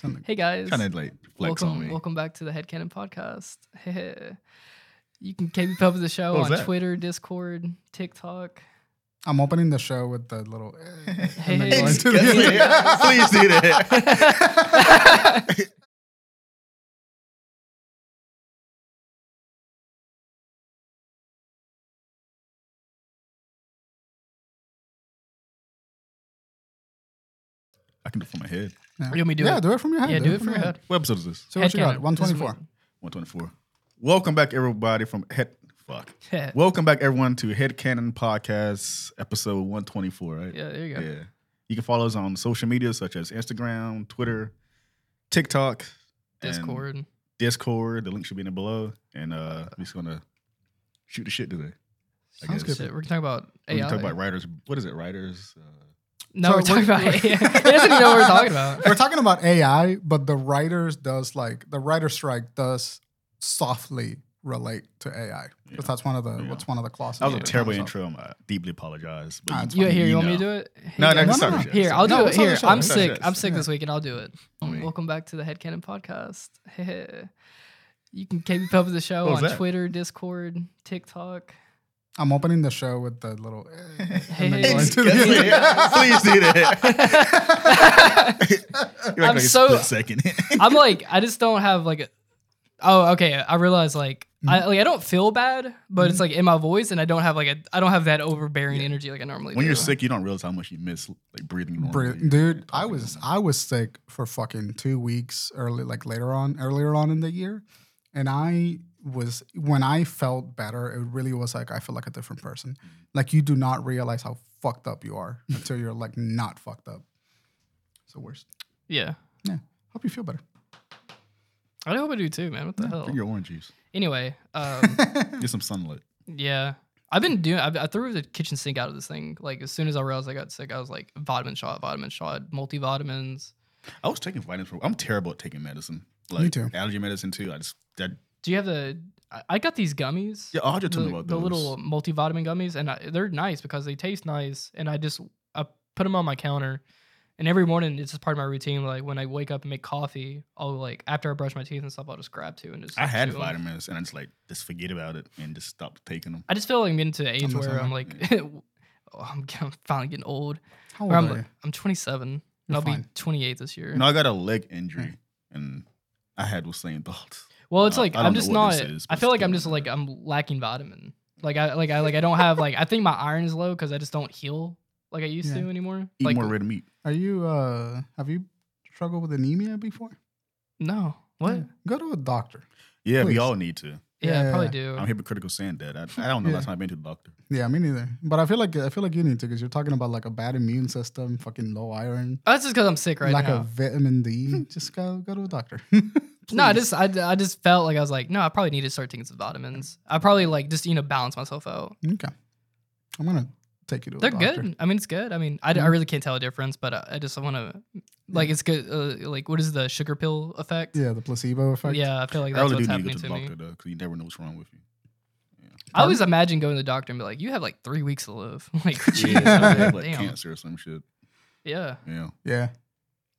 Kind of Hey guys, kind of like flex welcome, on me. welcome back to the Headcanon Podcast. you can keep up with the show What was on that? Twitter, Discord, TikTok. I'm opening the show with the little. eh, and Hey, then going Please to do the- that. I can do it from my head. Yeah. You want me to do yeah, it? do it from your head. yeah, do it from your head. What episode is this? So what you got? Headcanon. 124. 124. Welcome back, everybody, from Head. Fuck. yeah, Welcome back, everyone, to Head Cannon Podcast, episode 124, right? yeah, there you go. Yeah. You can follow us on social media such as Instagram, Twitter, TikTok, and Discord. Discord. The link should be in the below. And uh we're just gonna shoot the shit today. I Sounds guess. Shit, we're talking about AI. We can talk about writers. What is it? Writers. Uh, no, So we're talking about AI. he we're- doesn't even know what we're talking about. We're talking about AI, but the writers does like the writer strike does softly relate to AI Yeah. because that's one of the Yeah. what's one of the clauses. that was of a the terrible contract. intro. I deeply apologize. Ah, But it's Uh, You here? You want me to it? do it? Hey, No, no, guys. no, no, start no. the shit. Here, I'll Start do No, it. it's on the Here, show. I'm It's on the sick. show. I'm sick Yeah. this week, and I'll do it. On me. Welcome back to the Headcanon Podcast. you can keep up with the show What was on that? Twitter, Discord, TikTok. I'm opening the show with the little. eh, and then Hey, going to the- Yes, yeah. Please do that. You're I'm like a so- split second. I'm like, I just don't have like. A, oh, okay. I realize like Mm-hmm. I like I don't feel bad, but it's like in my voice, and I don't have like a I don't have that overbearing energy like I normally. when do. you're sick, you don't realize how much you miss like breathing normally. Bri- dude, I talking was normally. I was sick for fucking two weeks early, like later on, earlier on in the year, and I was when I felt better, it really was like I felt like a different person. Like you do not realize how fucked up you are until you're like not fucked up. It's the worst. yeah. Yeah, hope you feel better. I hope I do too, man. What the hell? Drink your orange juice. Anyway, um, Get some sunlight. yeah. I've been doing. I, I threw the kitchen sink out of this thing. Like as soon as I realized I got sick, I was like vitamin shot, vitamin shot, multivitamins. I was taking vitamins for. I'm terrible at taking medicine. Like, Me too. Allergy medicine too. I just that. Do you have the? I- I got these gummies. Yeah, Audra told the, me about the those. little multivitamin gummies, and I, they're nice because they taste nice. And I just I put them on my counter, and every morning it's just part of my routine. Like when I wake up and make coffee, I'll like after I brush my teeth and stuff, I'll just grab two and just. I had chew 'em. vitamins and I just like just forget about it and just stopped taking them. I just feel like I'm getting to the age the where same I'm way. like, oh, I'm, I'm finally getting old. How Where old I'm are like, you? I'm 27. and You're I'll be fine. 28 this year. No, I got a leg injury and I had those same thoughts. Well, it's Uh, like I I'm don't just know what not. this is, I but feel like still, I'm just like I'm lacking vitamin. Like I like I like I don't have like I think my iron is low because I just don't heal like I used Yeah. to anymore. Eat like more red meat. Are you? Uh, have you struggled with anemia before? no, what? Yeah, Yeah. Go to a doctor. Yeah, we Please. all need to. I Yeah. probably do. I'm hypocritical saying that. I, I don't know. Yeah. Last time I've been to the doctor. Yeah, me neither. But I feel like I feel like you need to because you're talking about like a bad immune system, fucking low iron. Oh, That's just because I'm sick right like a now. vitamin D, just go go to a doctor. No, I just I, I just felt like I was like no, I probably need to start taking some vitamins. I probably like just you know balance myself out. okay. I'm gonna take you to. They're a doctor. good. I mean, it's good. I mean, I, d- I Mhm. really can't tell a difference, but uh, I, I just want to like it's good. Uh, like what is the sugar pill effect? Yeah, the placebo effect. Yeah, I feel like I that's really do what's happening need to go to the to me. doctor though, because you never know what's wrong with you. I always imagine going to the doctor and be like, "You have like three weeks to live." Like, Jesus, Yeah, I something was like, like, like damn, cancer or some shit. yeah. Yeah. yeah.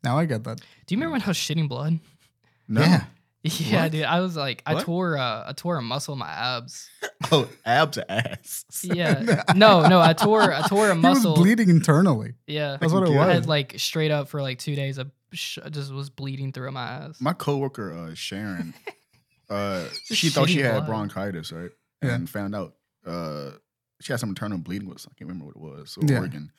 Now I get that. Do you remember when I was shitting blood? No. Yeah, Yeah, Mm. What? dude. I was like, I What? tore, uh, I tore a muscle in my abs. Oh, abs to ass. Yeah. no, no, I tore, I tore a he muscle. was bleeding internally. Yeah, That's what it Yeah. I was. had like straight up for like two days. I, sh- I just was bleeding through my ass. My coworker uh, Sharon, uh, Just she thought she shitty had blood. bronchitis, right? Yeah. And found out uh, she had some internal bleeding. Was I can't remember what it was. Or Yeah. organ.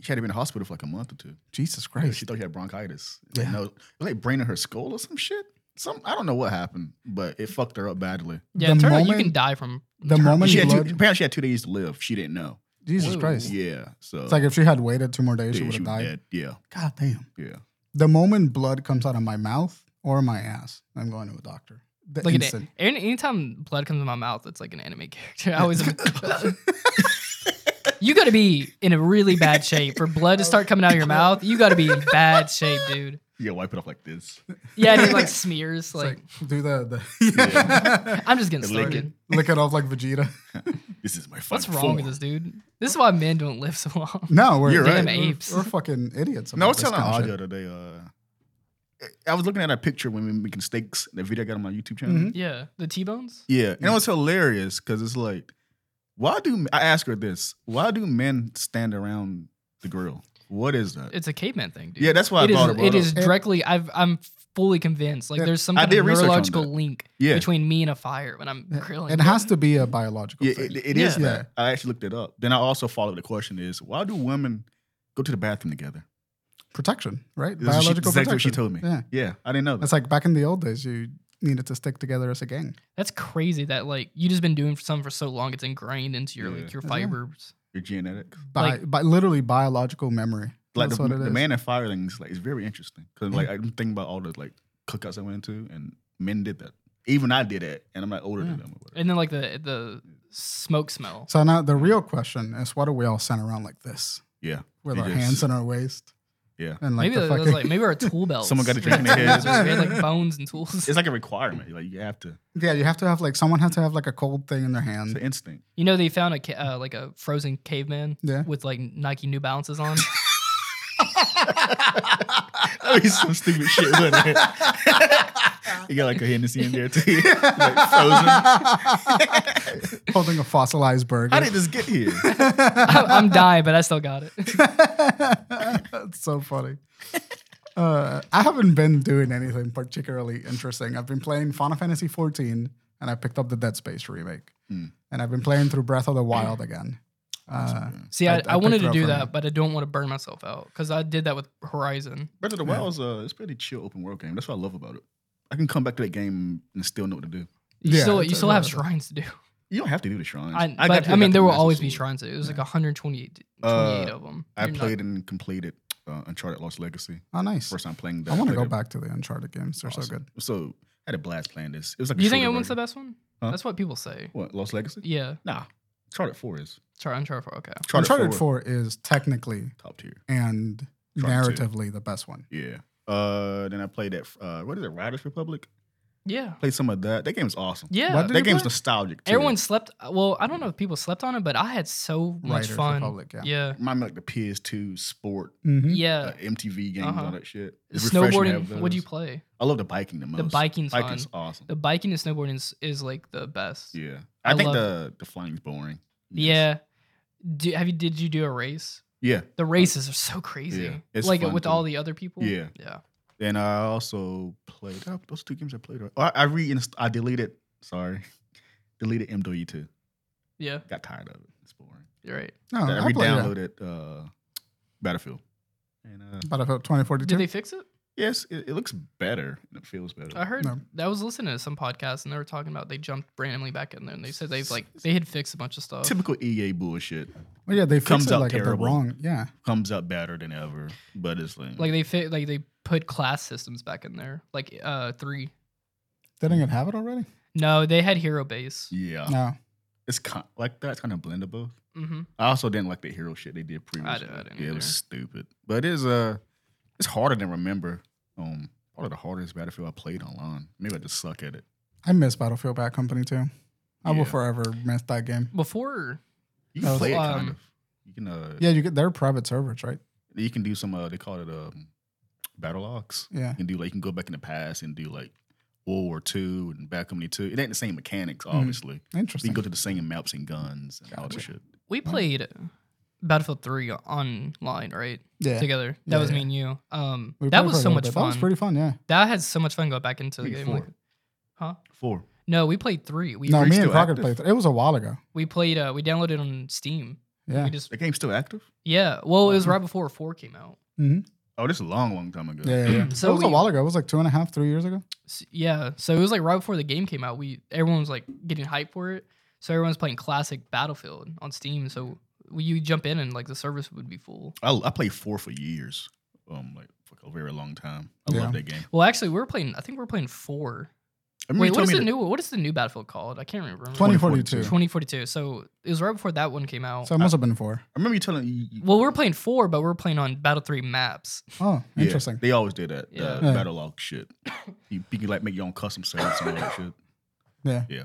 She had to be in the hospital for like a month or two. Jesus Right. Christ. She thought she had bronchitis. Like, Yeah. no, it was like brain in her skull or some shit. Some I don't know what happened, but it fucked her up badly. yeah, the turn out you moment- can die from. the turn- moment She you had two, blood. apparently she had two days to live. She didn't know. Jesus Whoa. Christ. Yeah. So It's like if she had waited two more days, she yeah, would have was died. dead. Yeah. God damn. Yeah. The moment blood comes out of my mouth or my ass, I'm going to a doctor. The Look at it. instant. Any, anytime blood comes in my mouth, it's like an anime character. I always. you got to be in a really bad shape for blood to start coming out of your mouth. You got to be in bad shape, dude. You gotta wipe it off like this. Yeah, dude, like smears. It's Like, like do the, the Yeah. I'm just getting Lick it. started. lick it off like Vegeta. This is my final What's wrong with form. this dude? This is why men don't live so long. No, we're You're right. Damn apes. We're, we're fucking No, I idiots. about was this telling kind of shit. Audra today. Uh, I was looking at a picture when we were making steaks. The video I got on my YouTube channel. Mhm. Yeah, the T bones. Yeah, and Yeah. it was hilarious because it's like, why do I ask her this? Why do men stand around the grill? What is that? It's a caveman thing, dude. yeah, that's why it I is. thought about It is It- directly. I've, I'm fully convinced. Like Yeah, there's some I kind did of research on neurological that. link Yeah, between me and a fire when I'm grilling. It has to be a biological yeah, thing. it, it is Yeah. that. I actually looked it up. Then I also followed the question is why do women go to the bathroom together? protection, right? That's what she- Biological that's protection. what she told me. Yeah. Yeah, I didn't know that. It's like back in the old days, you needed to stick together as a gang. That's crazy. That like you just been doing something for so long, it's ingrained into your Yeah. like your Yeah. fibers. Your genetics, By, Like- by literally biological memory. like That's the, what it the is. man and fire things, like it's very interesting because like I'm thinking about all the like cookouts I went to and men did that. Even I did that, and I'm like older than Yeah. them. or whatever. And then like the the smoke smell. so now the real question is, why do we all stand around like this Yeah, with It our is. hands in our waist? Yeah. and like maybe the that was fucking like maybe our tool belts. Someone got a We drink in had their hands. tools, We had like bones and tools. it's like a requirement. Like you have to. yeah, you have to have like someone has to have like a cold thing in their It's hand. an instinct. You know they found a ca- uh, like a frozen caveman Yeah. with like Nike New Balances on. That'd be some stupid shit, wouldn't it? you got like a Hennessy in there too, like frozen. Holding a fossilized burger. How did this get here? I'm dying, but I still got it. That's so funny. Uh, I haven't been doing anything particularly interesting. I've been playing Final Fantasy XIV, and I picked up the Dead Space remake, Hmm. and I've been playing through Breath of the Wild again. Uh, See, I- I, I I, picked wanted it to up do from that, you. but I don't want to burn myself out because I did that with Horizon. Breath of the Yeah. Wild is uh, it's a pretty chill open world game. That's what I love about it. I can come back to that game and still know what to do. You Yeah, still it's you a still have lot of- shrines to do. You don't have to do the shrines. I, got but to- I mean, got there to will Master always be Sword. shrines. to do. It was like Yeah. 128 28 Uh, of them. I You're not- played and completed uh, Uncharted Lost Legacy. oh, nice. First time playing that. I want to played go it. back to the Uncharted games. They're so Awesome. good. So I had a blast playing this. It was like. Do a you think shorter it wins the version. best one? Huh? That's what people say. What Lost Legacy? Yeah, Nah, Uncharted Four is Char Uncharted 4. Okay, Uncharted, Uncharted 4 4 is technically top tier. and Uncharted two. narratively the best one. Yeah. Uh, then I played that. Uh, what is it? Riders Republic. yeah, Played some of that. That game is awesome. yeah. What did That you game's play? nostalgic. Too. Everyone slept. uh, Well, I don't know if people slept on it, but I had so much Riders fun. Republic, yeah. yeah, remind me like the PS2 sport, Mhm. yeah. uh, MTV games, Uh-huh. all that shit. It's refreshing to have Snowboarding. What do you those. play? I love the biking the most. The biking's fun. biking's awesome. The biking and snowboarding is, is like the best. yeah, I, I think love the the flying's boring. You just- Yeah. Do, have you? Did you do a race? yeah. The races are so crazy. Yeah, it's like fun with too. all the other people. Yeah. Yeah. Then I also played oh, those two games I played. Oh, I, I reinst- I deleted. Sorry, deleted MDOE two. Yeah. Got tired of it. It's boring. You're right. No, I I played that. re-downloaded uh, Battlefield. And uh, Battlefield Did 2042. they fix it? yes, it, it looks better. and It feels better. I heard No. I was listening to some podcast and they were talking about they jumped randomly back in there and they said they've like they had fixed a bunch of stuff. Typical EA bullshit. well, yeah, they fixed Comes it out like at the terrible. wrong. Yeah. Comes out better than ever, but it's like, Like they fit like they put class systems back in there. Like uh three. Didn't it have it already? No, they had hero base. yeah, No. it's kind like that's kind of blendable. Mm-hmm. I also didn't like the hero shit they did previously. didn't- I didn't yeah, it was either. stupid. But it is uh it's harder than remember. Um probably the hardest battlefield I played online. Maybe I just suck at it. I miss Battlefield Bad Company too. I Yeah. will forever miss that game. Before You can Oh, play it kind um, of. You can uh Yeah, you get their private servers, right? you can do some uh they call it um battle logs. Yeah. You can do like you can go back in the past and do like World War Two and Bad Company Two. It ain't the same mechanics, Mm-hmm. obviously. You Interesting. can go to the same maps and guns and all that shit. we played Battlefield Three online, right? yeah. Together. That Yeah, was yeah. me and you. Um We that played for was a so little much bit. fun. That was pretty fun, yeah. That had so much fun going back into the Maybe game. four. Like, huh? Four. No, we played three. We No, Are you me and still Crockett active? played it. It was a while ago. we played uh we downloaded on Steam. Yeah. We just The game's still active? yeah. Well, it was right before four came out. Oh, this is a long, long time ago. Yeah, yeah, yeah. So it was a we- while ago. It was like two and a half, three years ago. S- yeah so it was like right before the game came out we everyone was like getting hyped for it so everyone was playing classic battlefield on steam so we, you jump in and like the service would be full I, I played four for years, um, like for a very long time. I Yeah. love that game. well actually we were playing i think we are playing four I wait you what told is me the that- new what is the new battlefield called i can't remember 2042. 2042 so it was right before that one came out So it must have been four. I remember you telling you, you- well we were playing four but we were playing on battle three maps Oh, yeah, interesting. They always did that. Yeah. The Yeah. battle log shit. You, you can like make your own custom servers and all that shit. Yeah. Yeah.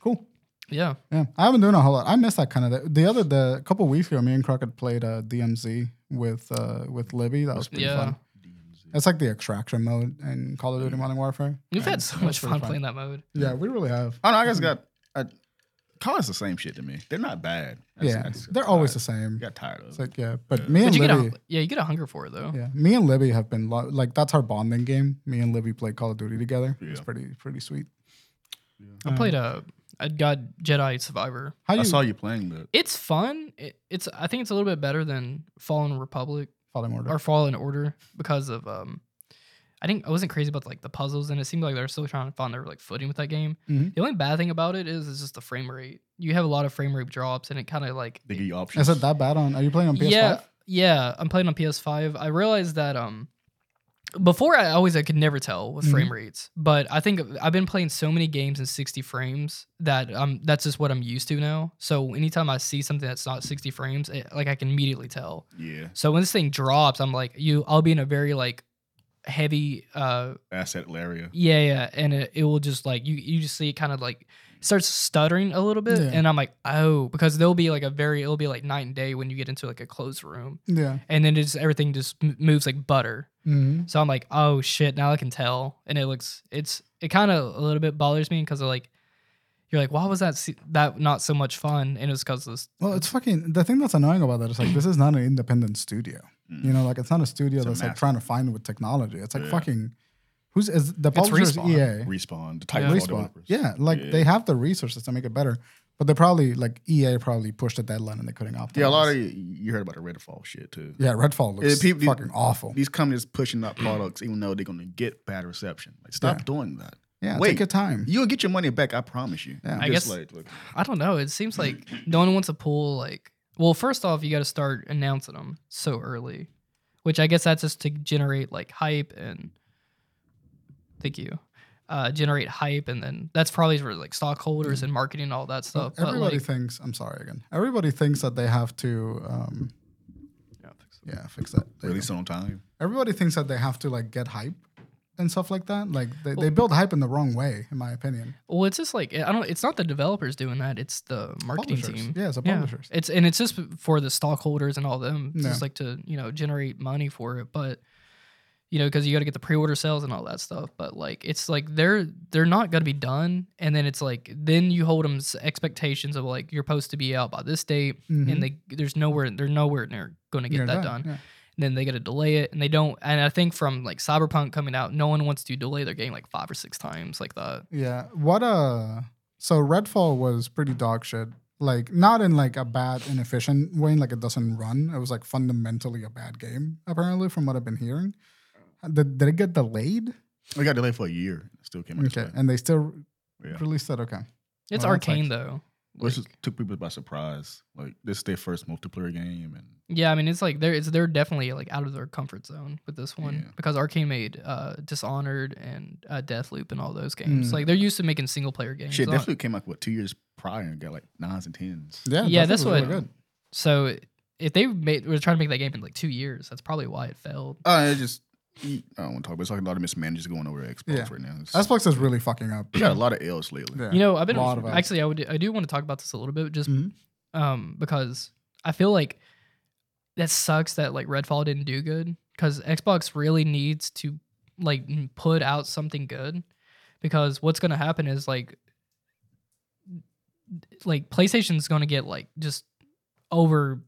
Cool. yeah Yeah. I haven't doing a whole lot. I miss that kind of the other the a couple weeks ago, me and Crockett played uh DMZ with uh with Libby. That was pretty Yeah. fun. DMZ. That's like the extraction mode in Call of Duty Modern Warfare. You've And Mm. had so that's much pretty fun playing that mode. Yeah, we really have. I don't know. I guess got. I, Call is the same shit to me. They're not bad. I just- I Yeah, just they're got always the tired. same. I Got tired of. It's it. like yeah, but Yeah. me But and you get Libby, a yeah, you get a hunger for it though. yeah, me and Libby have been lo- like that's our bonding game. Me and Libby play Call of Duty together. It's Yeah. pretty pretty sweet. Um, I played a I got Jedi Survivor. How I you saw you playing that. It's fun. It, it's I think it's a little bit better than Fallen Republic Fallen Order? or Fallen Order because of um I think I wasn't crazy about like the puzzles and it seemed like they're still trying to find their like footing with that game. Mhm. The only bad thing about it is is just the frame rate. You have a lot of frame rate drops and it kind of like They give you options. Is it that bad on? Are you playing on PS5? Yeah, yeah. I'm playing on PS5. I realized that um before I always I could never tell Mm-hmm. with frame rates, but I think I've been playing so many games in 60 frames that um that's just what I'm used to now. So anytime I see something that's not 60 frames, it, like I can immediately tell. Yeah, So when this thing drops, I'm like you I'll be in a very like heavy uh asset Laria. yeah yeah and it, it will just like you you just see it kind of like starts stuttering a little bit Yeah. and I'm like oh because there'll be like a very it'll be like night and day when you get into like a closed room Yeah. and then just everything just m- moves like butter. Mhm. So I'm like, oh shit, now I can tell, and it looks it's it kind of a little bit bothers me because like you're like, why was that se- that not so much fun? And it was because this Well, it's fucking the thing that's annoying about that is like this is not an independent studio. Mm. You know, like it's not a studio It's a that's like massive- trying to find with technology. It's like Yeah. fucking who's is the It's publisher is E Respawn. EA. Respawn. The Yeah. Titanfall Respawn. developers. Yeah, like Yeah. they have the resources to make it better, but they probably like EA probably pushed the deadline and they couldn't opt. Yeah, a out. lot of you, you heard about the Redfall shit too. yeah Redfall Yeah, looks people- fucking awful. These companies pushing out products even though they're gonna get bad reception. Like stop Yeah. doing that. Yeah, Wait. take your time. You'll get your money back, I promise you. Yeah. I Just guess- like, look, I don't know. It seems like no one wants to pull like well, first off, you got to start announcing them so early, which I guess that's just to generate like hype and thank you. Uh, generate hype and then that's probably for like stockholders and marketing and all that So stuff. Oh, But everybody like, thinks. I'm sorry again. Everybody thinks that they have to. Um, yeah, fix that. There you release it on time. go. Everybody thinks that they have to like get hype and stuff like that. Like they, they build hype in the wrong way, in my opinion. Well, it's just like I don't. It's not the developers doing that. It's the marketing Publishers. team. Yeah, it's the Yeah. publishers. It's and it's just for the stockholders and all them. It's Yeah. just like to you know generate money for it, but you know because you got to get the pre-order sales and all that stuff. But like it's like they're they're not gonna be done, and then it's like then you hold them expectations of like you're supposed to be out by this date, Mhm. and they there's nowhere they're nowhere near gonna get You're that done. yeah. And then they got to delay it, and they don't. And I think from like Cyberpunk coming out, no one wants to delay their game like five or six times like that. Yeah. What a so Redfall was pretty dog shit. Like not in like a bad inefficient way, like it doesn't run. It was like fundamentally a bad game, apparently, from what I've been hearing. Uh, Did, did it get delayed? It got delayed for a year. It still came out. Okay. Okay. And they still Yeah. released it. It's Okay. Well, that's arcane though. Which Like- took people by surprise. Like this is their first multiplayer game and Yeah, I mean it's like they're it's they're definitely like out of their comfort zone with this one Yeah. because Arcane made uh Dishonored and uh, Deathloop and all those games. Mm. Like they're used to making single player games. shit They're not- definitely came out what two years prior and got like nines and tens. Yeah. Yeah, Deathloop that's was what- really good. So if they made were trying to make that game in like two years, that's probably why it failed. Uh, it just I don't want to talk about. It's like a lot of mismanagers going over at Xbox Yeah. right now. It's, Xbox is really fucking up. we got a lot of L's lately. Yeah. You know, I've been Lot of actually I would I do want to talk about this a little bit just Mhm. um because I feel like that sucks that like Redfall didn't do good because Xbox really needs to like n- put out something good because what's gonna happen is like like PlayStation's gonna get like just over.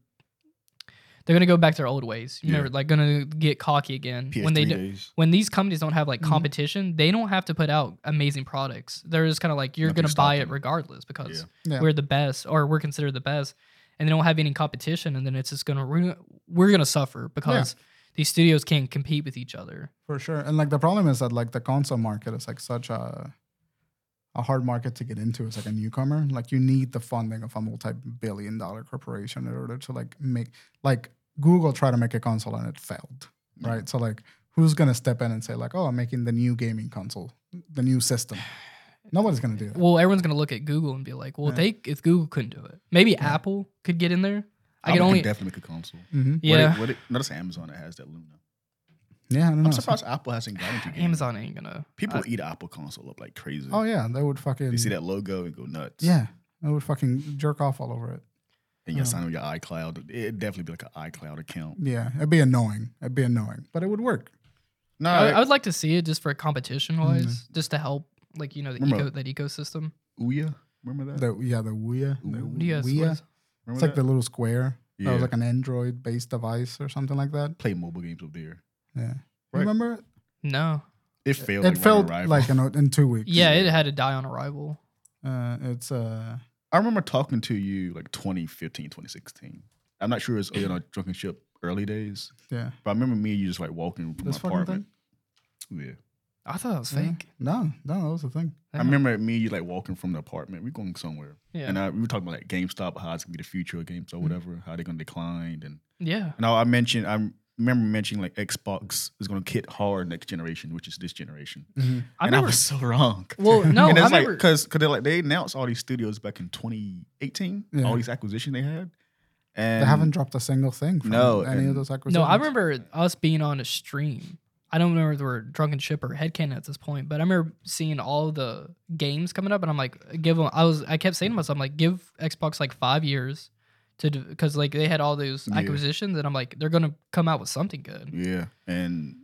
They're gonna go back to their old ways. You Yeah. know, like gonna get cocky again PS3 when they do, days. when these companies don't have like Mm-hmm. Mhm. competition, they don't have to put out amazing products. They're just kind of like you're Nothing going to buy stopping it them. regardless because Yeah. we're the best or we're considered the best, and they don't have any competition, and then it's just going to ruin. We're going to suffer because these studios can't compete with each other. For sure. And like the problem is that like the console market is like such a a hard market to get into as like a newcomer. Like you need the funding of a multi-billion dollar corporation in order to like make like Google tried to make a console and it failed. Yeah. Right. So like who's gonna step in and say like, oh I'm making the new gaming console, the new system. Nobody's gonna do that. Well, everyone's going to look at Google and be like, "Well, Yeah. they if Google couldn't do it, maybe Apple could get in there." I can would only definitely make a console. hmm What it- yeah. What it, notice Amazon that has that Luna. Yeah, I don't know. I'm surprised Apple hasn't gotten to gaming. Amazon ain't gonna. People uh, eat Apple console up like crazy. Oh yeah, they would fucking They see that logo and go nuts. Yeah. Uh-huh. They would fucking jerk off all over it. And you Yeah. sign up your iCloud. It'd definitely be like an iCloud account. Yeah. It'd be annoying. It'd be annoying. But it would work. No, I, like, I would like to see it just for competition Mm. wise, just to help, like you know, the Remember- eco that ecosystem. Ouya. Remember that? The, yeah, the Ouya. The Ooh. Yes, what uh, Ouya. is- It's Remember like the that? little square. That Yeah. was like an Android based device or something like that. play mobile games up there. Yeah. Right. Remember? no, It failed. It like, failed right on arrival. like in, in two weeks. yeah, it had to die on arrival. Uh, it's uh, I remember talking to you like 2015, 2016. I'm not sure it's oh, you know drunken ship early days, yeah. but I remember me and you just like walking from This my fucking apartment. thing? Yeah, I thought that was Yeah. fake. No, no, that was the thing. I remember me and you like walking from the apartment. We're going somewhere, Yeah, and I, we were talking about like GameStop, how it's gonna be the future of GameStop, Mhm. whatever, how they're gonna decline, and yeah, and I I mentioned I remember mentioning like Xbox is gonna hit hard next generation, which is this generation, I and I remember. was so wrong. well, no, I and it's like remember. because because they like they announced all these studios back in 2018, Yeah. all these acquisitions they had, and They haven't dropped a single thing from No, any of and- those acquisitions. no, I remember us being on a stream. I don't remember if we were drunken ship or headcanon at this point, but I remember seeing all the games coming up, and I'm like, give them. I was, I kept saying to myself, I'm like, give Xbox like five years to, because like they had all those Yeah. acquisitions, and I'm like, they're gonna come out with something good. Yeah, and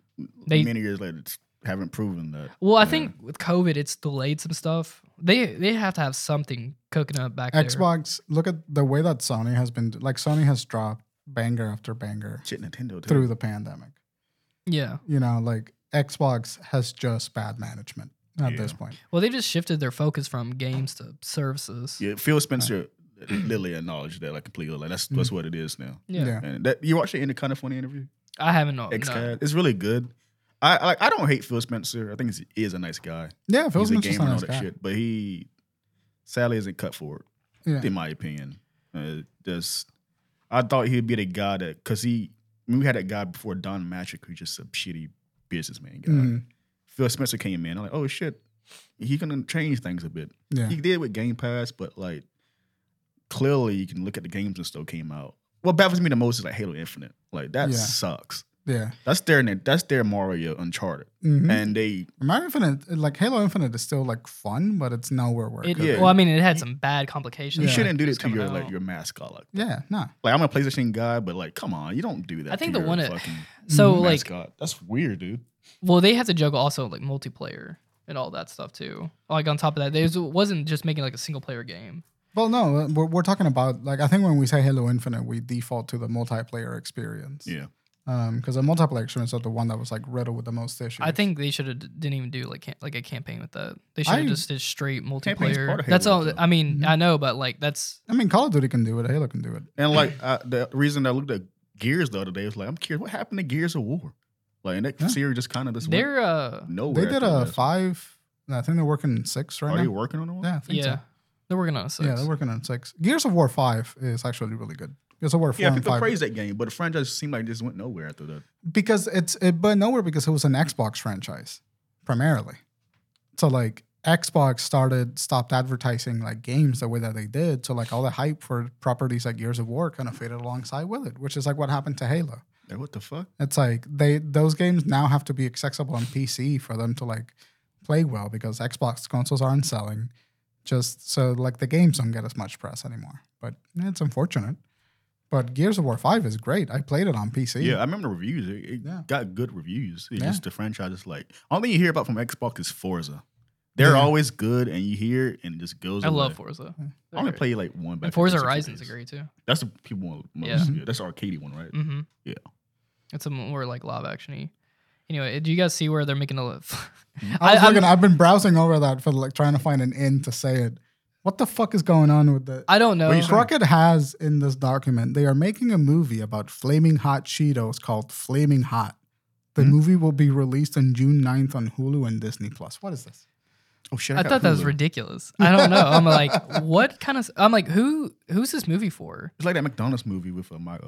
They- many years later, it's, haven't proven that. Well, I Yeah. think with COVID, it's delayed some stuff. They they have to have something cooking up back there. Xbox. Look at the way that Sony has been. Like Sony has dropped banger after banger Shit, Nintendo too. through the pandemic. Yeah. You know, like Xbox has just bad management at this Yeah. point. Well, they just shifted their focus from games to services. Yeah, Phil Spencer Uh. literally acknowledged that like completely. Like Mm. that's that's what it is now. Yeah. And that you watch the Indie Kind of Funny interview, I haven't known. XCAD. It's really good. I I- like. I don't hate Phil Spencer. I think he's, he is a nice guy. Yeah, Phil he's Spencer's a gamer not and all nice that guy. shit. But he sadly isn't cut for it. Yeah. in my opinion. Uh, just, I thought he'd be the guy that because he we had that guy before Don Matrick who's just a shitty businessman guy. Mhm. Phil Spencer came in. I'm like, oh shit, he can change things a bit. Yeah. He did with Game Pass, but like clearly you can look at the games that still came out. What baffles me the most is like Halo Infinite. Like that Yeah. sucks. yeah. That's their that's their Mario Uncharted, Mhm. and they Mario Infinite, like Halo Infinite, is still like fun, but it's nowhere where it It, could Yeah. be. Well, I mean, it had some bad complications. you Yeah. shouldn't do It's this to coming your out. like your mascot. Like, Yeah, nah. like I'm a PlayStation guy, but like come on, you don't do that. I think to the your one that- fucking, so Mm-hmm. Oh, like, God, that's weird, dude. well, they had to juggle also like multiplayer and all that stuff too. Like on top of that, it wasn't just making like a single player game. Well, no, uh, we're, we're talking about like I think when we say Halo Infinite, we default to the multiplayer experience. Yeah, because the multiplayer experience is the one that was like riddled with the most issues. I think they should have didn't even do like cam- like a campaign with that. They should I- have just did straight Campaign's part multiplayer. of That's Halo, all. though. I mean, Mhm. I know, but like that's I mean, Call of Duty can do it. Halo can do it. and like I, the reason I looked at Gears the other day was like, I'm curious, what happened to Gears of War? Like, and that Yeah. series just kind of just went they're uh nowhere. they did after a that. five. I think they're working on six right Are now. you working on the one? yeah, I think yeah, so. they're working on a six. Yeah, they're working on six. Gears of War five is actually really good. Gears of War four Yeah, and people five praise that game, but the franchise seemed like it just went nowhere after that. because it's it but nowhere because it was an Xbox franchise primarily. So like Xbox started stopped advertising like games the way that they did. So like all the hype for properties like Gears of War kind of faded alongside with it, which is like what happened to Halo. Like, what the fuck? It's like they those games now have to be accessible on PC for them to like play well because Xbox consoles aren't selling. Just so like the games don't get as much press anymore. But it's unfortunate. But Gears of War 5 is great. I played it on PC. Yeah, I remember the reviews. It, it Yeah. got good reviews. It's Yeah. just the franchise is like, only thing you hear about from Xbox is Forza. They're Yeah. always good, and you hear it and it just goes. I love away. Forza. Yeah. I only They're- play like one. Back in and Forza 360 Horizon's days. agree too. That's the people want most. Yeah. Yeah, that's the arcadey one, right? Mm-hmm. Yeah. it's a more like live actiony. Anyway, do you guys see where they're making a? Mm-hmm. I was I- I'm- looking, I've been browsing over that for like trying to find an end to say it. What the fuck is going on with the I don't know. Well, you Crockett has in this document, they are making a movie about flaming hot Cheetos called Flaming Hot. The Hmm? movie will be released on June 9th on Hulu and Disney Plus. What is this? Oh shit! I got thought that was Hulu. ridiculous. I don't know. I'm like, what kind of? I'm like, who? Who's this movie for? It's like that McDonald's movie with uh, my, uh,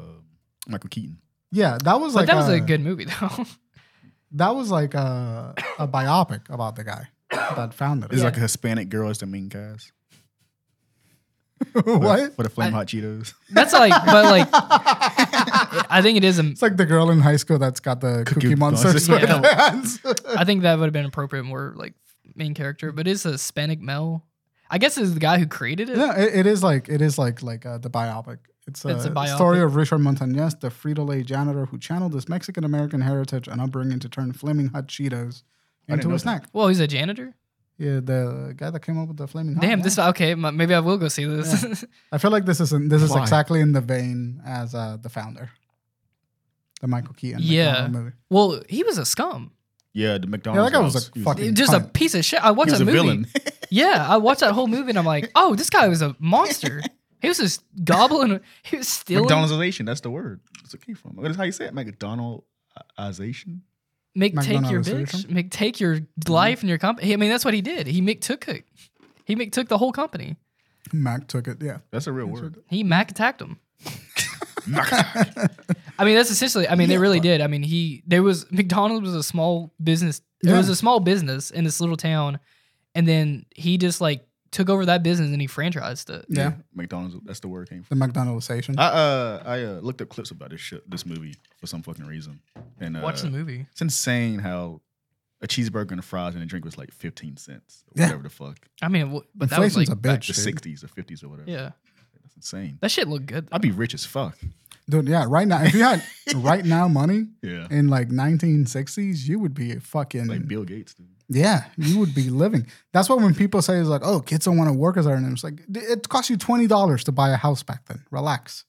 Michael Keaton. Yeah, that was But like uh, that was a a- good movie though. that was like a, a biopic about the guy that founded it. It's like a Hispanic girl as the main guys. For the- what? For the flame I- hot Cheetos. That's like, but like, I think it is. A, It's like the girl in high school that's got the Cookie cookie, monster Monster. Yeah. sweatpants. I think that would have been appropriate more like main character, but it's a Hispanic male. I guess it's the guy who created it. No, it, it is like it is like like uh, the biopic. It's It's a a, story biopic. of Richard Montañez, the Frito Lay janitor who channeled his Mexican American heritage and upbringing to turn flaming hot Cheetos I didn't into know a that. snack. Well, he's a janitor. Yeah, the guy that came up with the flaming hot. Damn, Oh, yeah. this uh, okay. m- Maybe I will go see this. I feel like this is in, this is Why? exactly in the vein as uh, the founder, the Michael Keaton. Yeah. McDonald movie. well, he was a scum, Yeah, the McDonald's. guy was a house. He fucking- just a cunt. piece of shit. I he watched was that a movie. villain. Yeah, I watched that whole movie and I'm like, oh, this guy was a monster. He was just gobbling. He was stealing McDonaldization. That's the word. That's it came from. That's how you say it. McDonaldization. Mick take your bitch. McDonaldization? Mick take your life and your company. I mean, that's what he did. He Mick took it. He Mick took the whole company. Mac took it. Yeah, That's a real word. He Mac attacked him. I mean, that's essentially. I mean, they really did. I mean, he there was McDonald's was a small business. There Yeah. was a small business in this little town, and then he just like took over that business and he franchised it. yeah. McDonald's. That's the word it came from. The McDonaldization. I uh I uh, looked up clips about this shit, this movie for some fucking reason, and uh, Watch the movie. it's insane how a cheeseburger and fries and a drink was like fifteen cents, or Yeah. whatever the fuck, I mean, w- but that was Inflation's like a back bitch, the dude. sixties or fifties or whatever. yeah, that's insane. that shit looked good. though. I'd be rich as fuck. dude. Yeah, right now, if you had right now money Yeah, in like 1960s, you would be a fucking like Bill Gates. Dude. yeah, you would be living. That's why when people say it's like, oh, kids don't want to work as iron, it's like "D- it cost you twenty dollars to buy a house back then. Relax.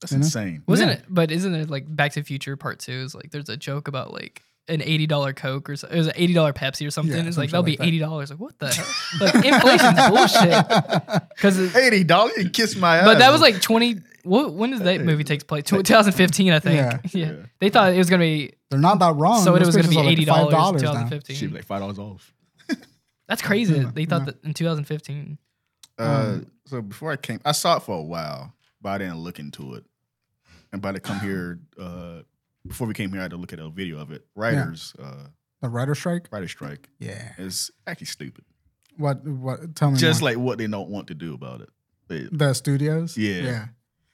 That's You know? insane. Wasn't Yeah. it? But isn't it like Back to the Future Part Two? Is like there's a joke about like an eighty dollar Coke or so, it was an eighty dollar Pepsi or something. Yeah, it's some like shit that'll like be that. eighty dollars. Like what the hell? like inflation's bullshit. Because Eighty dollars, you kiss my ass. but that was like twenty. What, when does that movie takes place? Two thousand fifteen, I think. Yeah. Yeah. Yeah. They thought it was gonna be They're not that wrong. so it Those was gonna pictures be are, like, eighty dollars. $5 Two now. thousand shit, fifteen. like five dollars off. That's crazy. Yeah, that They thought yeah. that in two thousand fifteen. Uh, Um, so before I came, I saw it for a while, but I didn't look into it. And by the come here, uh, before we came here, I had to look at a video of it. Writers, uh, The writer strike. writer strike Yeah. is actually stupid. What? What? Tell me. Just more. like what they don't want to do about it. It- the studios. Yeah. Yeah.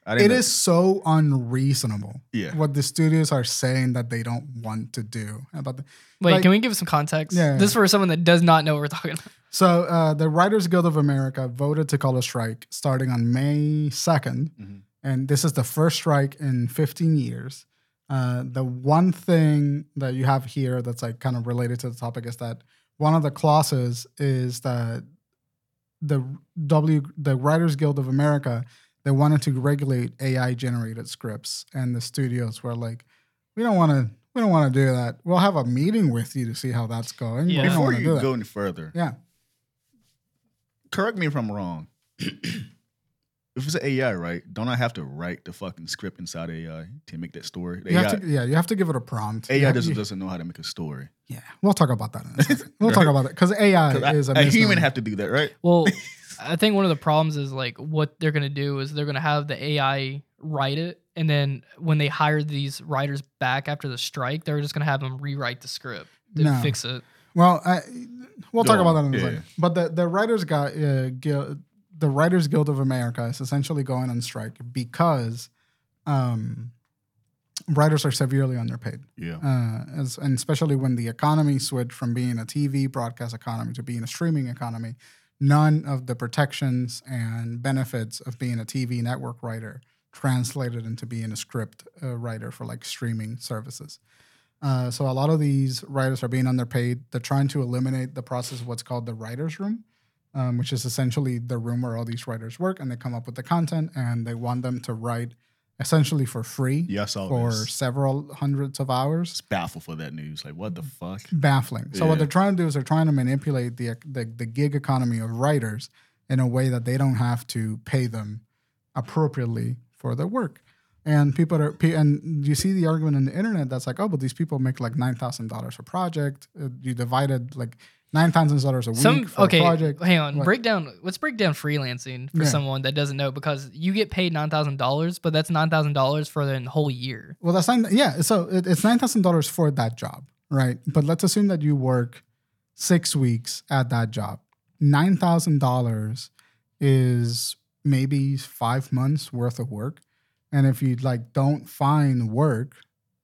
I It didn't know- is so unreasonable. Yeah. What the studios are saying that they don't want to do about the Wait, Like- can we give some context? Yeah, yeah, This yeah. for someone that does not know what we're talking about. So uh, the Writers Guild of America voted to call a strike starting on May 2nd. Mhm. And this is the first strike in 15 years. Uh, the one thing that you have here that's like kind of related to the topic is that one of the clauses is that the W the Writers Guild of America they wanted to regulate AI generated scripts and the studios were like we don't want to we don't want to do that. We'll have a meeting with you to see how that's going. but Yeah. We don't Before want to do you that. go any further, yeah. correct me if I'm wrong. if it's an AI, right? Don't I have to write the fucking script inside AI to make that story? You AI, have to, yeah, you have to give it a prompt. You AI have- doesn't, you- doesn't know how to make a story. Yeah, we'll talk about that. In a second. We'll Right. talk about Uh, it because AI 'Cause I- is a, a human misnomer. have to do that, right? Well, I think one of the problems is like what they're gonna do is they're gonna have the AI write it, and then when they hire these writers back after the strike, they're just gonna have them rewrite the script to No. fix it. Well, I, we'll Go talk about that on. in a Yeah, second. But the the writers got uh, guild, the Writers Guild of America is essentially going on strike because um, writers are severely underpaid. Yeah. uh, as, and especially when the economy switched from being a TV broadcast economy to being a streaming economy, none of the protections and benefits of being a TV network writer translated into being a script uh, writer for like streaming services. Uh, so a lot of these writers are being underpaid. They're trying to eliminate the process of what's called the writers' room, um, which is essentially the room where all these writers work and they come up with the content and they want them to write essentially for free Yeah, I saw for this. several hundreds of hours. It's baffled for that news. Like, Mm. what the fuck? Baffling. So Yeah. what they're trying to do is they're trying to manipulate the, the the gig economy of writers in a way that they don't have to pay them appropriately for their work. And people are pe- and you see the argument on the internet that's like, oh, but these people make like nine thousand dollars a project. Uh, You divided like nine thousand dollars a week Some for okay, a project. hang on. What? Break down. Let's break down freelancing for Yeah. someone that doesn't know because you get paid nine thousand dollars, but that's nine thousand dollars for the whole year. Well, that's nine. Yeah, so it, it's nine thousand dollars for that job, right? But let's assume that you work six weeks at that job. Nine thousand dollars is maybe five months worth of work, and if you like don't find work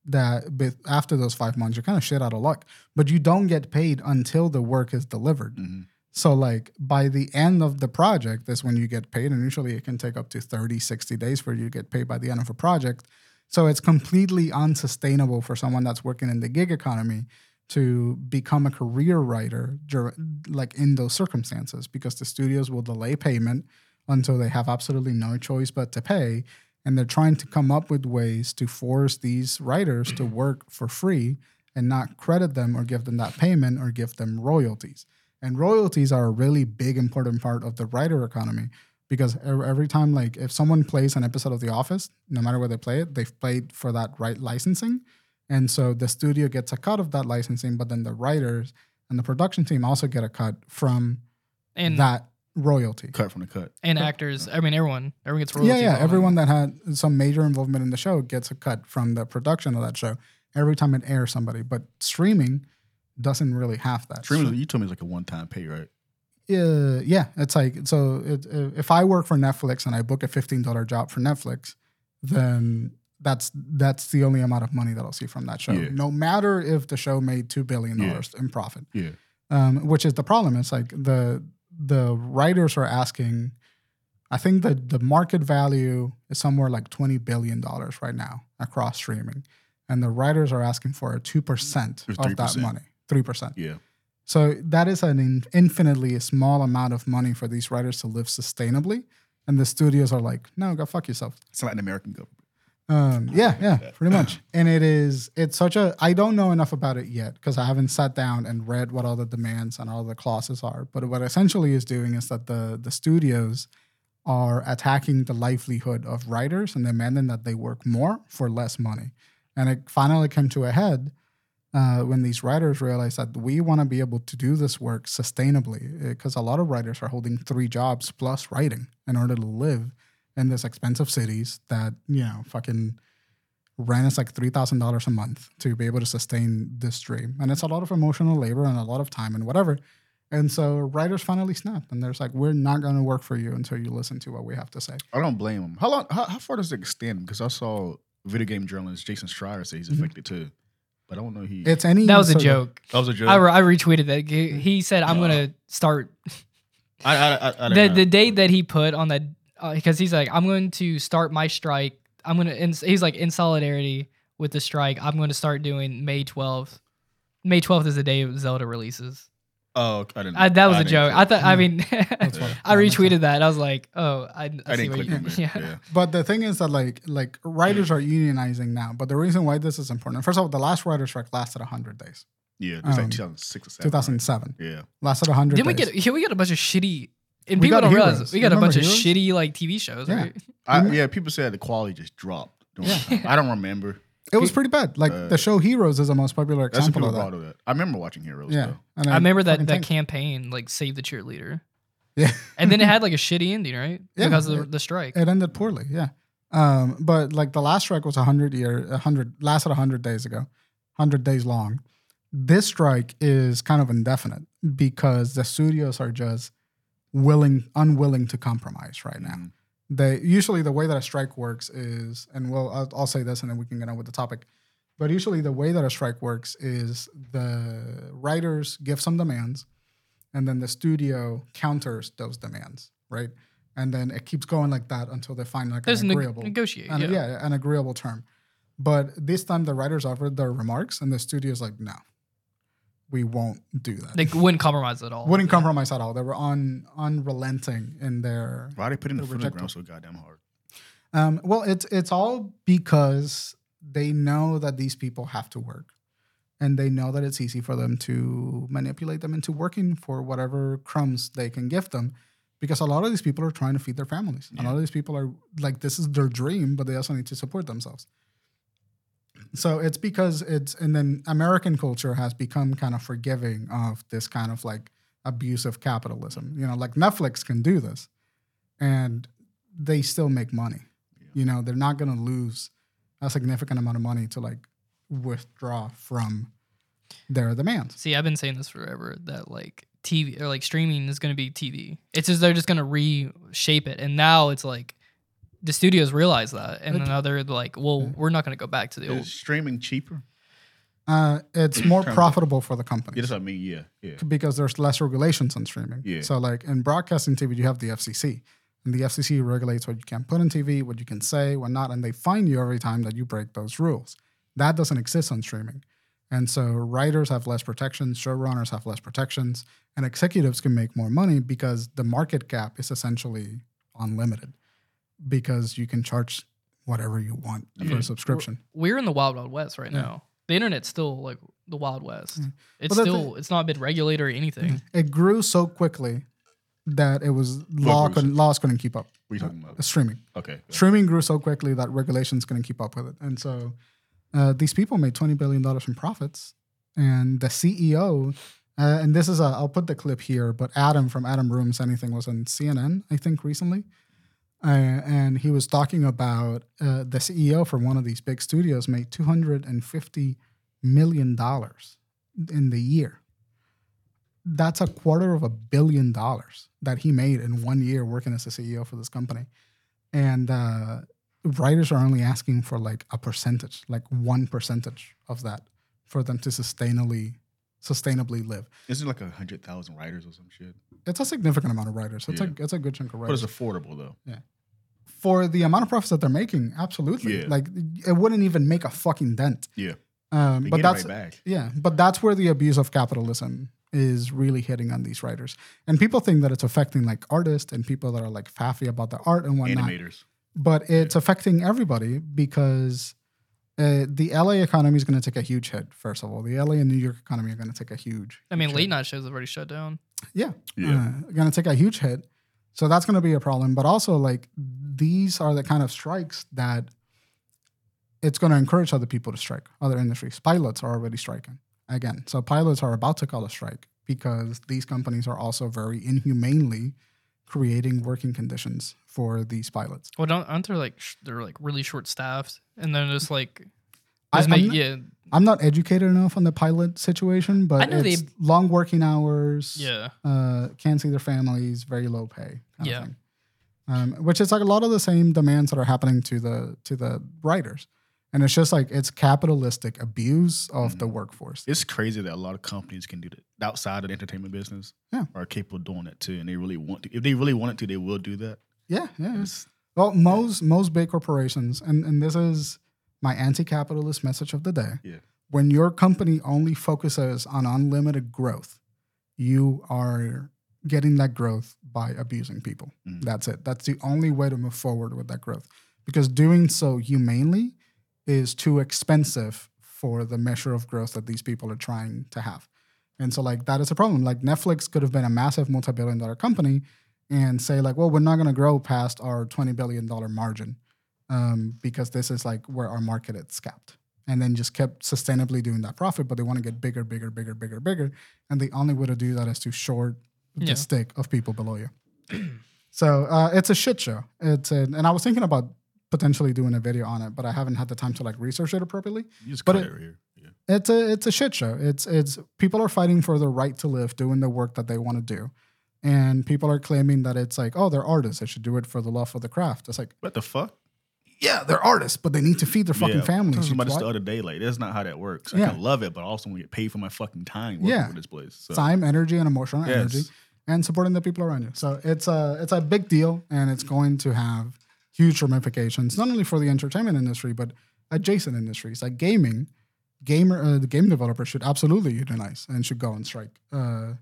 that but after those five months, you're kind of shit out of luck. But you don't get paid until the work is delivered. Mhm. So like by the end of the project is when you get paid and usually it can take up to 30 60 days for you to get paid by the end of a project. So it's completely unsustainable for someone that's working in the gig economy to become a career writer dur- like in those circumstances because the studios will delay payment until they have absolutely no choice but to pay and they're trying to come up with ways to force these writers to work for free and not credit them or give them that payment or give them royalties and royalties are a really big important part of the writer economy because ev- every time like if someone plays an episode of the office no matter where they play it they've played for that right licensing and so the studio gets a cut of that licensing, but then the writers and the production team also get a cut from and that royalty. Cut from the cut. and actors. I mean, everyone, everyone gets royalties. Yeah, yeah. on it. Everyone that had some major involvement in the show gets a cut from the production of that show every time it airs somebody. But streaming doesn't really have that. Streamers, you told me it's like a one time pay, right? Yeah, Uh, yeah. It's like so. It, uh, if I work for Netflix and I book a fifteen dollar job for Netflix, then that's that's the only amount of money that I'll see from that show. Yeah. No matter if the show made two billion dollars in profit. Yeah. Um, which is the problem. It's like the the writers are asking. I think that the market value is somewhere like twenty billion dollars right now across streaming, and the writers are asking for a two percent Or of that 3%. money, three percent. Yeah. So that is an in- infinitely small amount of money for these writers to live sustainably, and the studios are like, "No, go fuck yourself." It's like an American government. Um, yeah, yeah, pretty much. And it is, it's such a. I don't know enough about it yet because I haven't sat down and read what all the demands and all the clauses are. But what essentially is doing is that the the studios are attacking the livelihood of writers and demanding that they work more for less money. And it finally came to a head uh, when these writers realized that we want to be able to do this work sustainably because a lot of writers are holding three jobs plus writing in order to live in this expensive cities that you know fucking rent is like $3000 a month to be able to sustain this dream and it's a lot of emotional labor and a lot of time and whatever and so writers finally snapped and there's like we're not going to work for you until you listen to what we have to say I don't blame him. How long? How, how far does it extend? Because I saw video game journalist Jason Schreier say he's Mhm. affected too, but I don't know he. it's any That was a sort of- joke. that was a joke. I, re- I retweeted that. He he said, "I'm No. gonna start." I, I, I, I The don't the know. date that he put on that because he's like, "I'm going to start my strike. I'm gonna." In, he's like, "In solidarity with the strike, I'm going to start doing May 12th." May 12th is the day Zelda releases. Oh, I didn't. I, that was a a joke. I thought. I Mm. mean, That's what- I that makes sense. retweeted that. I was like, "Oh, I, I, I see didn't what click you him. Yeah. Yeah. But the thing is that like like writers are unionizing now. But the reason why this is important, first of all, the last writer strike lasted hundred days, Yeah. It was Um, like 2006 or 7. two thousand seven, Yeah. lasted hundred. Didn't we days. get? Yeah, we got a bunch of shitty. And We people got don't Heroes. realize we You got a bunch remember of shitty like TV shows, Yeah. right? I, Remember- yeah. People said the quality just dropped. during Yeah. that time. I don't remember. It was pretty bad. Like Uh, the show Heroes is the most popular That's what example people of that. brought up. that. I remember watching Heroes. Yeah, Though. and I remember that fucking that think- campaign, like save the cheerleader, Yeah, and then it had like a shitty ending, right? Yeah, because of the, it- the strike. it ended poorly. Yeah, um, but like the last strike was hundred year, hundred lasted hundred days ago, hundred days long. This strike is kind of indefinite because the studios are just willing, unwilling to compromise right now. Mhm. they usually the way that a strike works is and we'll I'll, I'll say this and then we can get on with the topic but usually the way that a strike works is the writers give some demands and then the studio counters those demands right and then it keeps going like that until they find like There's an neg- agreeable negotiate. an- yeah. yeah. an agreeable term but this time the writers offered their remarks and the studio's like no we won't do that they wouldn't compromise at all. wouldn't compromise at all they were un, unrelenting in their Why they put in the They're foot in the rejected. ground so goddamn hard? Um, well, it's it's all because they know that these people have to work, and they know that it's easy for them to manipulate them into working for whatever crumbs they can give them, because a lot of these people are trying to feed their families. A lot of these people are like this is their dream, but they also need to support themselves. So it's because it's and then American culture has become kind of forgiving of this kind of like abusive capitalism. You know, like Netflix can do this, and they still make money. Yeah. You know, they're not going to lose a significant amount of money to like withdraw from their demands. See, I've been saying this forever that like TV or like streaming is going to be TV. It's just they're just going to reshape it, and now it's like the studios realize that, and But- now they're like, well, Yeah. we're not going to go back to the Is old. streaming cheaper? Uh, it's more Terms of- profitable for the Yeah, company that's what I mean. Yeah, yeah. because there's less regulations on streaming. Yeah. So like in broadcasting TV, you have the FCC, and the FCC regulates what you can put on TV, what you can say, what not, and they fine you every time that you break those rules. That doesn't exist on streaming, and so writers have less protections, showrunners have less protections, and executives can make more money because the market cap is essentially unlimited because you can charge whatever you want for Yeah. a subscription. We're in the wild wild west right Yeah. now. The internet's still like the wild west. Yeah. It's Well, that's Mm-hmm. still it's not been regulated or anything. It grew so quickly that it was law Blood couldn't, laws couldn't keep up. What are you talking about? Streaming. Okay. Streaming grew so quickly that regulations couldn't keep up with it. And so uh, these people made $20 billion in profits. And the CEO, uh, and this is, a, I'll put the clip here, but Adam from Adam Rooms Anything was on CNN, I think, recently. Uh, and he was talking about uh, the CEO for one of these big studios made $250 million in the year. That's a quarter of a billion dollars that he made in one year working as a CEO for this company and uh, writers are only asking for like a percentage, like one percentage of that, for them to sustainably sustainably live. Isn't it like a hundred thousand writers or some shit? It's a significant amount of writers. It's Yeah. a it's a good chunk of But it's writers affordable though. for the amount of profits that they're making. Absolutely, Yeah. like it wouldn't even make a fucking dent. Yeah. Um, They but get that's it right back. Yeah, but that's where the abuse of capitalism is really hitting on these writers, and people think that it's affecting like artists and people that are like faffy about the art and whatnot. Animators. but it's affecting everybody because uh, the LA economy is going to take a huge hit. First of all, the LA and New York economy are going to take a huge. I mean, huge late hit. night shows have already shut down. Yeah, Yeah. uh, going to take a huge hit. So that's going to be a problem. But also, like these are the kind of strikes that it's going to encourage other people to strike. Other industries, pilots are already striking again. So pilots are about to call a strike because these companies are also very inhumanely creating working conditions for these pilots. Well, don't aren't there like sh- they're like really short staffed, and then just like I- just I'm make not- yeah I'm not educated enough on the pilot situation, but I know it's they- long working hours. yeah Uh, can't see their families, very low pay. Kind Yeah. Of thing. Um, which is like a lot of the same demands that are happening to the to the writers, and it's just like it's capitalistic abuse Mm. of the workforce. It's crazy that a lot of companies can do that outside of the entertainment business. Yeah. Are capable of doing that too, and they really want to. If they really wanted to, they will do that. Yeah, yeah. yeah. It's- Well, most most big corporations, and and this is my anti-capitalist message of the day. Yeah. When your company only focuses on unlimited growth, you are getting that growth by abusing people. Mm. That's it. That's the only way to move forward with that growth. Because doing so humanely is too expensive for the measure of growth that these people are trying to have. And so like that is a problem. Like Netflix could have been a massive multi-billion dollar company and say like, well, we're not going to grow past our $20 billion margin um, because this is like where our market is capped. And then just kept sustainably doing that profit, but they want to get bigger, bigger, bigger, bigger, bigger. And the only way to do that is to short the Yeah. stick of people below you. so uh, it's a shit show. It's an, and I was thinking about potentially doing a video on it, but I haven't had the time to like research it appropriately You just But cut it, it- right here. Yeah. it's a it's a shit show. It's it's people are fighting for the right to live, doing the work that they want to do, and people are claiming that it's like, oh, they're artists. They should do it for the love of the craft. It's like, What the fuck? yeah, they're artists, but they need to feed their fucking Yeah, I families. was you about this the twat. other day. Like, that's not how that works. I Yeah. can love it, but I also want to get paid for my fucking time working Yeah. for this place. So, Time, energy, and emotional Yes. energy, and supporting the people around you. So it's a it's a big deal, and it's going to have huge ramifications not only for the entertainment industry but adjacent industries like gaming. Gamer, uh, the game developer should absolutely unionize and should go on strike. Uh,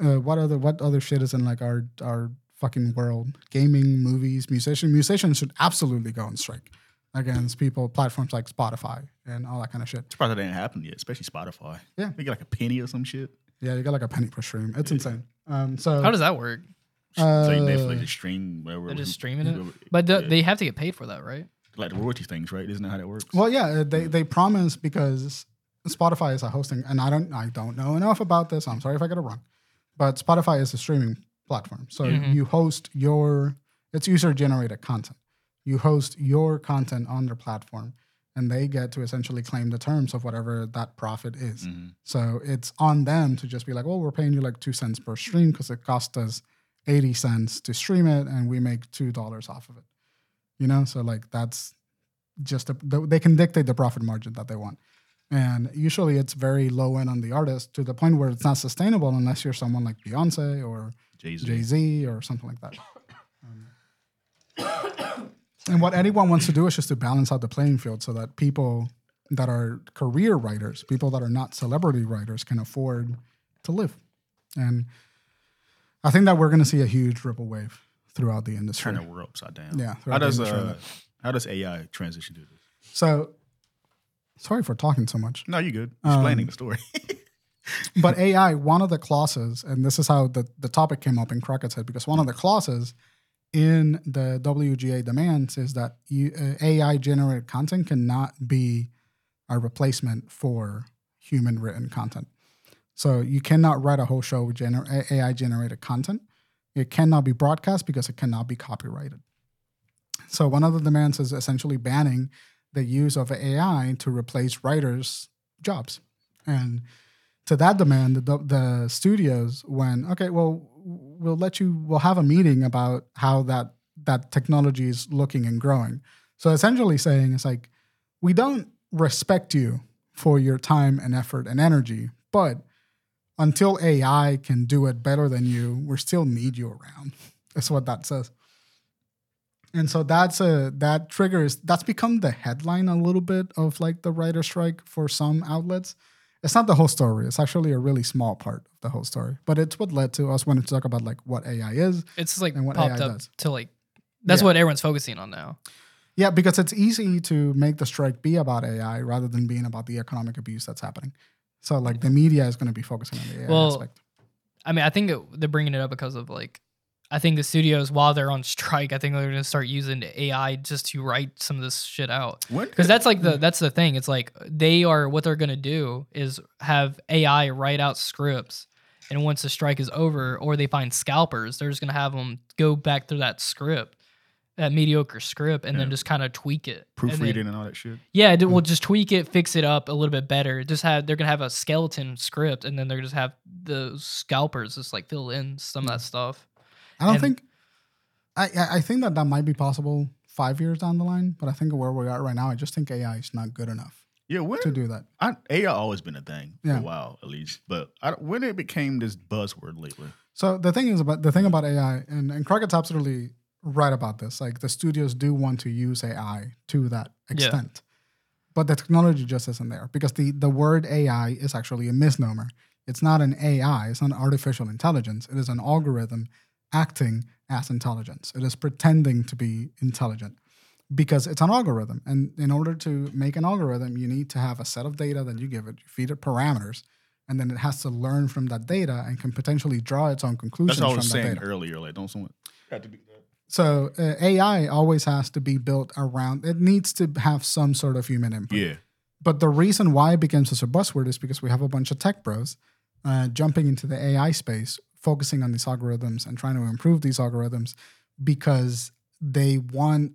uh, what other what other shit is in like our our fucking world? Gaming, movies, musician, musicians should absolutely go on strike against people, platforms like Spotify and all that kind of shit. it's probably that ain't happened yet, especially Spotify. Yeah. They get like a penny or some shit. Yeah, you got like a penny per stream. It's Yeah. insane. Um, so how does that work? so you Uh, Netflix just stream whatever. They're just who- streaming it, whoever- but the, yeah. they have to get paid for that, right? like the royalty things, right? Isn't that how that works? Well, yeah, uh, they they promise because Spotify is a hosting, and I don't I don't know enough about this. I'm sorry if I get it wrong, but Spotify is a streaming platform, so Mhm. you host your it's user generated content. You host your content on their platform, and they get to essentially claim the terms of whatever that profit is. Mhm. So it's on them to just be like, well, we're paying you like two cents per stream because it cost us 80 cents to stream it and we make $2 off of it. You know, so like that's just, a, th- they can dictate the profit margin that they want. And usually it's very low end on the artist to the point where it's not sustainable unless you're someone like Beyonce or Jay Jay Z. Z or something like that. Um, and what anyone wants to do is just to balance out the playing field so that people that are career writers, people that are not celebrity writers, can afford to live. And I think that we're going to see a huge ripple wave throughout the industry. Turn the world upside down. Yeah, How throughout the does industry. uh, how does AI transition to this? So, sorry for talking so much. No, you're good. Explaining Um, the story. But AI, one of the clauses, and this is how the, the topic came up in Crockett's head, because one of the clauses in the WGA demands is that you, uh, AI generated content cannot be a replacement for human written content. So you cannot write a whole show with gener- AI generated content. It cannot be broadcast because it cannot be copyrighted. So one of the demands is essentially banning the use of AI to replace writers' jobs. And to that demand, the, the studios went, okay, well, we'll let you, we'll have a meeting about how that that technology is looking and growing. So essentially saying it's like, we don't respect you for your time and effort and energy, but until AI can do it better than you, we still need you around. That's what that says. And so that's a that triggers that's become the headline a little bit of like the writer strike for some outlets. It's not the whole story. It's actually a really small part of the whole story, but it's what led to us wanting to talk about like what AI is. It's just, like And what popped AI up does. to like that's Yeah. what everyone's focusing on now. Yeah, because it's easy to make the strike be about AI rather than being about the economic abuse that's happening. So like the media is going to be focusing on the AI Well, aspect. I mean, I think it, they're bringing it up because of like, I think the studios while they're on strike, I think they're gonna start using AI just to write some of this shit out. What? Because that's like the Mm. that's the thing. It's like they are what they're gonna do is have AI write out scripts, and once the strike is over, or they find scalpers, they're just gonna have them go back through that script, that mediocre script, and then Yeah. just kind of tweak it, And then- proofreading and all that shit. yeah, d- Mm. we'll just tweak it, fix it up a little bit better. Just have they're gonna have a skeleton script, and then they're gonna just have the scalpers just like fill in some Mm. of that stuff. I don't and- think. I I- I think that that might be possible five years down the line, but I think where we are right now, I just think AI is not good enough Yeah, when to do that. I, AI always been a thing for Yeah. a while at least, but I, don't- when it became this buzzword lately, So the thing is about the thing about AI, and and Crockett's absolutely right about this. Like the studios do want to use AI to that extent, but the technology just isn't there because the the word AI is actually a misnomer. It's not an AI. It's not artificial intelligence. It is an algorithm acting as intelligence. It is pretending to be intelligent because it's an algorithm. And in order to make an algorithm, you need to have a set of data that you give it. You feed it parameters, and then it has to learn from that data and can potentially draw its own conclusions that's what I from was that saying data. earlier. Like, don't someone have to be So uh, AI always has to be built around. It needs to have some sort of human input. yeah, But the reason why it became such a buzzword is because we have a bunch of tech bros uh, jumping into the AI space, focusing on these algorithms and trying to improve these algorithms because they want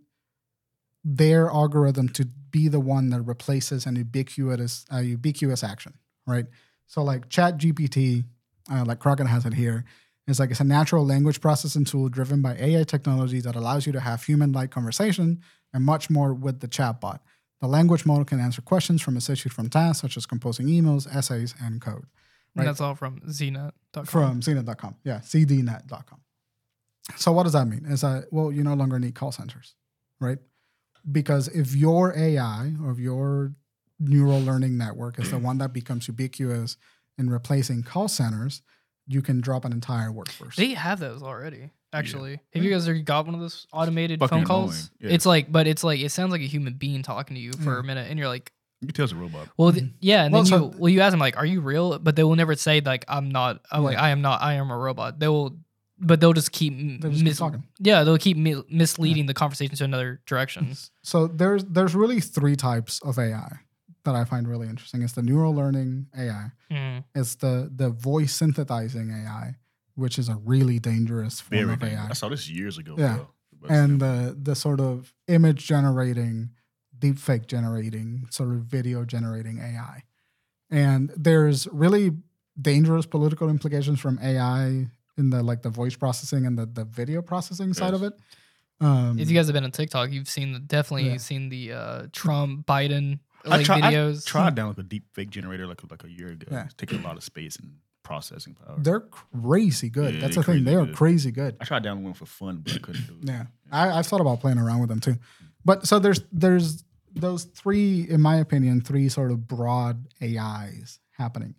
their algorithm to be the one that replaces an ubiquitous uh, ubiquitous action, right? So like ChatGPT, uh, like Crockett has it here, is like it's a natural language processing tool driven by AI technology that allows you to have human-like conversation and much more with the chatbot. The language model can answer questions from its issued from tasks such as composing emails, essays, and code Right. And that's all from Xena.com. from E cnet.com. Yeah, cdnet.com. So what does that mean? Is that well, you no longer need call centers, right? Because if your AI or if your neural learning network is the one that becomes ubiquitous in replacing call centers, you can drop an entire workforce. they have those already. Actually, have you guys already got one of those automated Fucking phone calls? annoying, yeah. It's like, but it's like it sounds like a human being talking to you for Yeah. a minute, and you're like, you can tell it's a robot. well, th- yeah, and Mm. Well, then so- you well you ask them like, are you real? But they will never say like I'm not. I'm like Yeah. I am not. I am a robot. They will, but they'll just keep They'll just keep mis- talking. Yeah, they'll keep mi- misleading the conversation to another direction. So there's there's really three types of AI that I find really interesting. It's the neural learning AI, Mm. it's the the voice synthesizing AI, which is a really dangerous form Very. of AI. I saw this years ago. Yeah. bro. But- and uh, the the sort of image generating, deepfake generating, sort of video generating AI. And there's really dangerous political implications from AI in the like the voice processing and the, the video processing side Yes. of it. Um, If you guys have been on TikTok, you've seen the, definitely Yeah. seen the uh, Trump Biden like I try, videos. Hmm. I tried down like a deep fake generator like like a year ago. Yeah. It's taking a lot of space and processing power. They're crazy good. Yeah, That's the they're thing. They crazy are good. crazy good. I tried downloading one for fun, but I couldn't do it. Yeah, I, I've thought about playing around with them too, but so there's there's those three, in my opinion, three sort of broad AIs happening,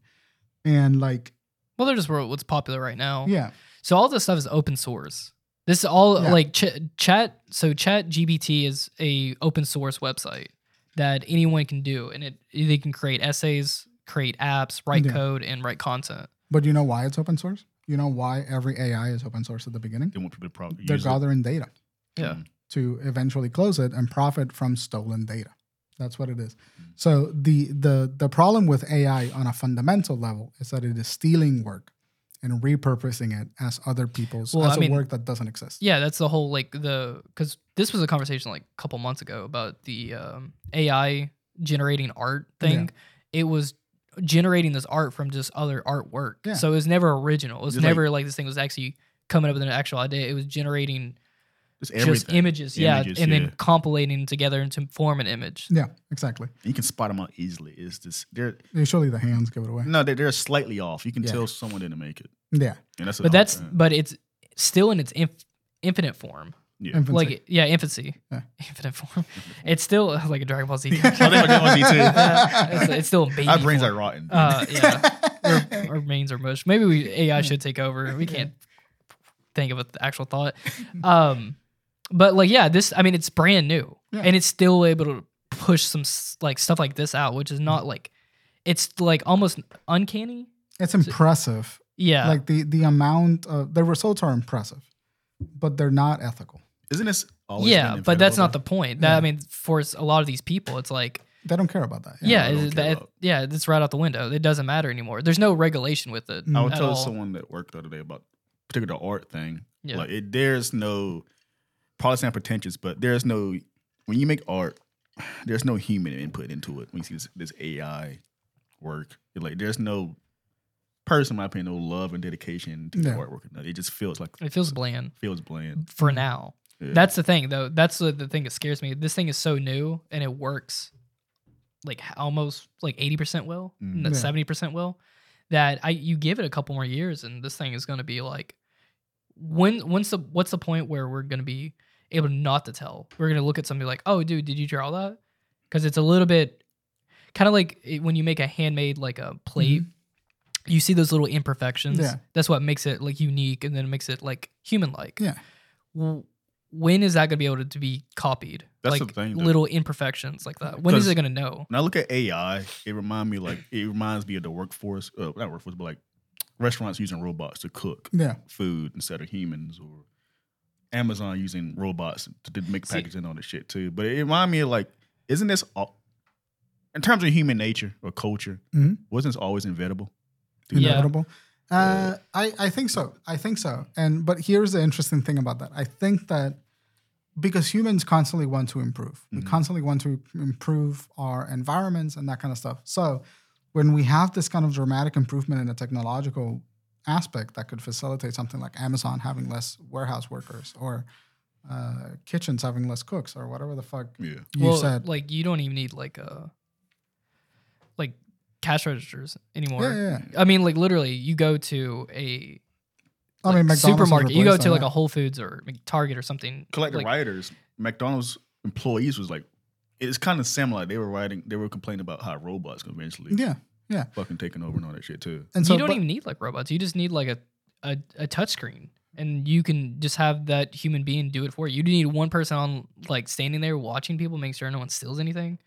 and like well, they're just wor- what's popular right now. yeah, So all this stuff is open source. This is all Yeah. like ch- chat. So chat GBT is a open source website that anyone can do, and it they can create essays, create apps, write Yeah. code, and write content. but you know why it's open source? You know why every AI is open source at the beginning? They want people to probably They're use it. gathering data. Yeah. Mhm. to eventually close it and profit from stolen data. That's what it is. So the the the problem with AI on a fundamental level is that it is stealing work and repurposing it as other people's Well, as I a mean- work that doesn't exist. Yeah, that's the whole like the because this was a conversation like a couple months ago about the um, AI generating art thing. It was generating this art from just other artwork, Yeah. so it was never original. It was Just like- never like, this thing was actually coming up with an actual idea. It was generating Just just everything. images, yeah, Images, and yeah. then compilating together into form an image. Yeah, exactly. you can spot them out easily. Is this they're Surely the hands give it away. no they're, they're slightly off. You can Yeah. tell someone didn't make it, Yeah. and that's what But I- that's uh, but it's still in its inf- infinite form, yeah. infancy. like yeah, infancy, Yeah. infinite form. It's still like a Dragon Ball Z. oh, character. that's what I was too. it's, it's still a baby. Our brains form. are rotten. Uh, yeah, our, our brains are mush. Maybe we AI should take over. We can't think of an actual thought. Um, but like, yeah, this. I mean, it's brand new, Yeah. and it's still able to push some s- like stuff like this out, which is not like it's like almost uncanny. it's impressive. Yeah, Like the the amount of the results are impressive, but they're not ethical. Isn't this always yeah, been but that's not available? the point. That Yeah. I mean, for s- a lot of these people, it's like. They don't care about that. Yeah, I don't it- care that, about- yeah, that's right out the window. It doesn't matter anymore. There's no regulation with it. Mm. I was at telling all. someone that worked the other day about particular art thing. Yeah. Like it, there's no probably sound pretentious, but there's no when you make art, there's no human input into it. When you see this, this AI work, You're like there's no person, in my opinion, no love and dedication to the No. artwork. or nothing. It just feels like It feels bland feels bland. for now. Yeah. That's the thing, though. That's the, the thing that scares me. This thing is so new and it works like h- almost like 80% well, Mm. n- Yeah. 70% well, that I you give it a couple more years and this thing is going to be like, when when's the what's the point where we're going to be able not to tell? We're going to look at somebody like, oh, dude, did you draw that? Because it's a little bit kind of like it- when you make a handmade like a plate. You see those little imperfections. Mm-hmm. Yeah. That's what makes it like unique, and then it makes it like human-like Yeah. w- when is that going to be able to, to be copied? That's like the thing, though. little imperfections like that. When is 'Cause- it going to know? When I look at AI, it reminds me like it reminds me of the workforce, uh, not workforce, but like restaurants using robots to cook. Yeah. food instead of humans or Amazon using robots to, to make See- packaging and all this shit too. But it reminded me of like, isn't this all, in terms of human nature or culture, Mhm. wasn't this always inevitable? Mm-hmm. Yeah. inevitable. Uh, I I think so. I think so. And but here's the interesting thing about that. I think that because humans constantly want to improve, we Mhm. constantly want to improve our environments and that kind of stuff. So when we have this kind of dramatic improvement in a technological aspect that could facilitate something like Amazon having less warehouse workers or uh, kitchens having less cooks or whatever the fuck Yeah. you well, said. like you don't even need like a like cash registers anymore. yeah, yeah, yeah. I mean, like literally, you go to a I like, mean, McDonald's has supermarket. You go replaced to that, like yeah. a Whole Foods or like, Target or something. Collect the like, writers, McDonald's employees was like, it's kind of similar. They were writing, they were complaining about how robots could eventually Yeah. fucking taking over and all that shit too. And so you don't but- even need like robots. You just need like a a, a touch screen, and you can just have that human being do it for you. You need one person on like standing there watching people, making sure no one steals anything.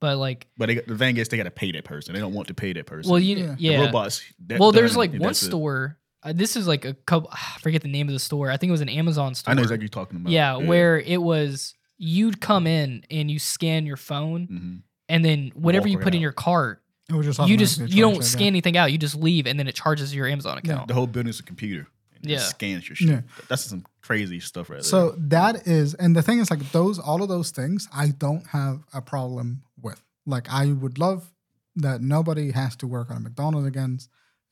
But like, But they, got- the thing is, they got to pay that person. They don't want to pay that person. well, you Yeah. yeah. The robots. that well, done, there's like and one that's it. store. Uh, this is like a couple. I forget the name of the store. I think it was an Amazon store. I know exactly what you're talking about. Yeah, where it was you'd come in and you scan your phone, Mhm. and then whatever Walk you put in around. your cart, it would just you just automatically you don't charge it, yeah. scan anything out. You just leave, and then it charges your Amazon Yeah. account. the whole building's a computer. And yeah, Yeah. scans your shit. Yeah. That's some crazy stuff right So that is, and the thing is, like those, all of those things, I don't have a problem with. Like I would love that nobody has to work on a McDonald's again,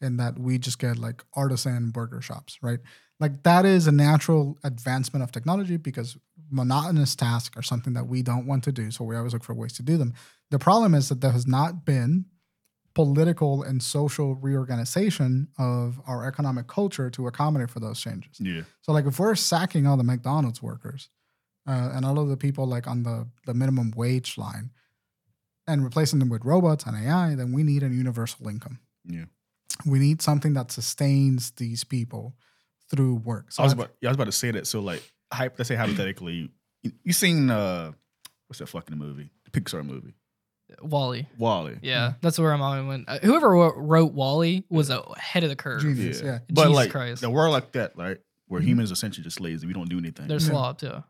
and that we just get like artisan burger shops, right? Like that is a natural advancement of technology because monotonous tasks are something that we don't want to do, so we always look for ways to do them. The problem is that there has not been political and social reorganization of our economic culture to accommodate for those changes. Yeah. So like if we're sacking all the McDonald's workers uh, and all of the people like on the the minimum wage line and replacing them with robots and AI, then we need a universal income. Yeah. We need something that sustains these people through work. I was I- about yeah, I was about to say that. So like hype let's say hypothetically, you, you seen uh what's that fucking movie? The Pixar movie. Wally. Wally. Yeah, that's where I'm on. When uh, whoever wrote, wrote Wally was ahead of the curve. genius, yeah. But Jesus like Christ. the world like that, right? Where Mhm. humans are essentially just lazy. We don't do anything. They're Yeah. slob too. Uh,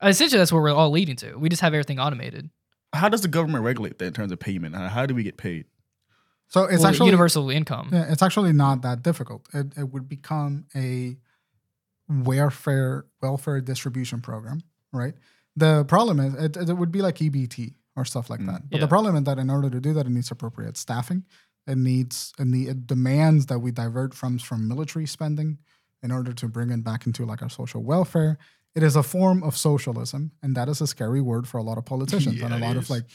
Essentially, that's where we're all leading to. We just have everything automated. How does the government regulate that in terms of payment? How, how do we get paid? So it's Well, actually universal income. Yeah, it's actually not that difficult. It, it would become a welfare welfare distribution program, right? The problem is it, it would be like EBT or stuff like Mm. that. But Yeah. the problem is that in order to do that, it needs appropriate staffing. It needs and the it demands that we divert from from military spending in order to bring it back into like our social welfare. It is a form of socialism, and that is a scary word for a lot of politicians and Yeah, a it lot is. of like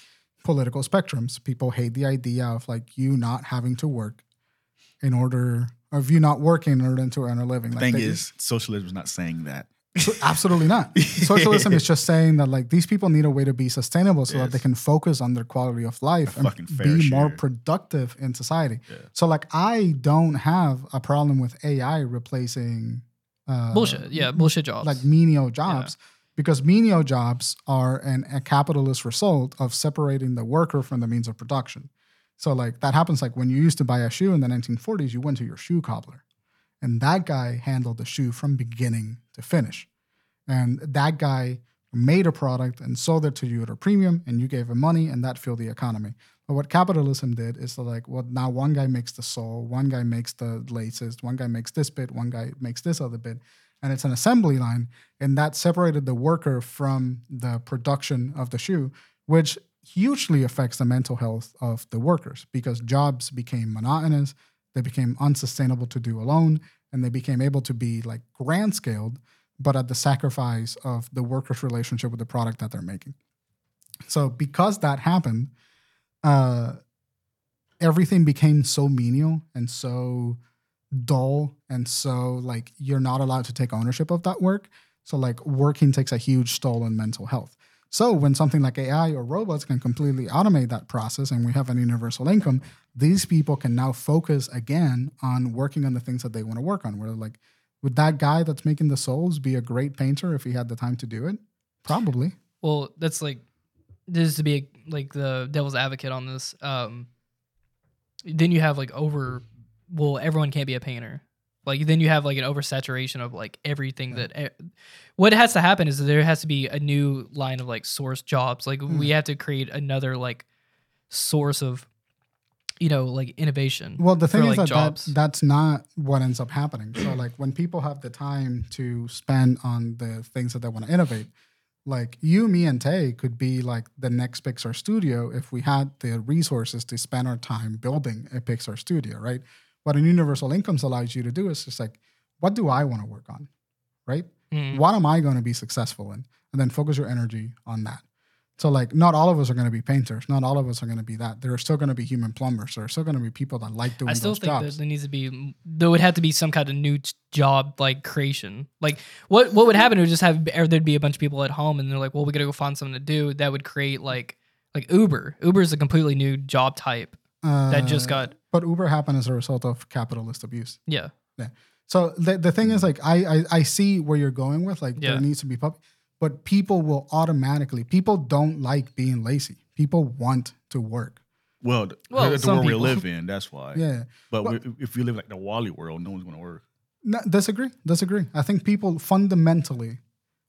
political spectrums. People hate the idea of like you not having to work in order of you not working in order to earn a living. The Like thing they- is, socialism is not saying that. so- absolutely not. Socialism is just saying that like these people need a way to be sustainable so that they Yes. can focus on their quality of life A and fucking fair be more share. productive in society. Yeah. So like I don't have a problem with AI replacing uh, bullshit. Yeah, bullshit jobs. like menial jobs because menial jobs are an, a capitalist result of separating the worker from the means of production. So like that happens like when you used to buy a shoe in the 1940s, you went to your shoe cobbler, and that guy handled the shoe from beginning to finish, and that guy made a product and sold it to you at a premium, and you gave him money, and that fueled the economy. But what capitalism did is to like, well, now one guy makes the sole, one guy makes the laces, one guy makes this bit, one guy makes this other bit, and it's an assembly line and that separated the worker from the production of the shoe which hugely affects the mental health of the workers because jobs became monotonous they became unsustainable to do alone and they became able to be like grand scaled but at the sacrifice of the worker's relationship with the product that they're making so because that happened uh everything became so menial and so dull and so like you're not allowed to take ownership of that work so like working takes a huge toll on mental health so when something like ai or robots can completely automate that process and we have an universal income these people can now focus again on working on the things that they want to work on where like would that guy that's making the souls be a great painter if he had the time to do it probably well, that's like this is to be like the devil's advocate on this. Um, then you have like over. Well, everyone can't be a painter. Like then you have like an oversaturation of like everything that. e- What has to happen is that there has to be a new line of like source jobs. Like we have to create another like source of, you know, like innovation. Well, the for, thing is like, that, jobs. that that's not what ends up happening. So, like when people have the time to spend on the things that they want to innovate, like you, me, and Tay could be like the next Pixar studio if we had the resources to spend our time building a Pixar studio, right? What an universal incomes allows you to do is just like, what do I want to work on, right? Mm. what am I going to be successful in? And then focus your energy on that. So, like, not all of us are going to be painters. Not all of us are going to be that. There are still going to be human plumbers. There are still going to be people that like doing I still those think that jobs. there needs to be there would have to be some kind of new j- job like creation. Like what what would happen? It would just have or there'd be a bunch of people at home and they're like, well, we gotta go find something to do. That would create like like Uber. Uber is a completely new job type that just Uh, got But Uber happened as a result of capitalist abuse. yeah. So the, the thing is, like, I, I I see where you're going with. Like, Mm-hmm. Yeah. there needs to be public, but people will automatically. People don't like being lazy. People want to work. Well, the, Well, the some world we people. live in, that's why. Yeah. But Well- we, if you live like the Wally world, no one's going to work. No, disagree. Disagree. I think people fundamentally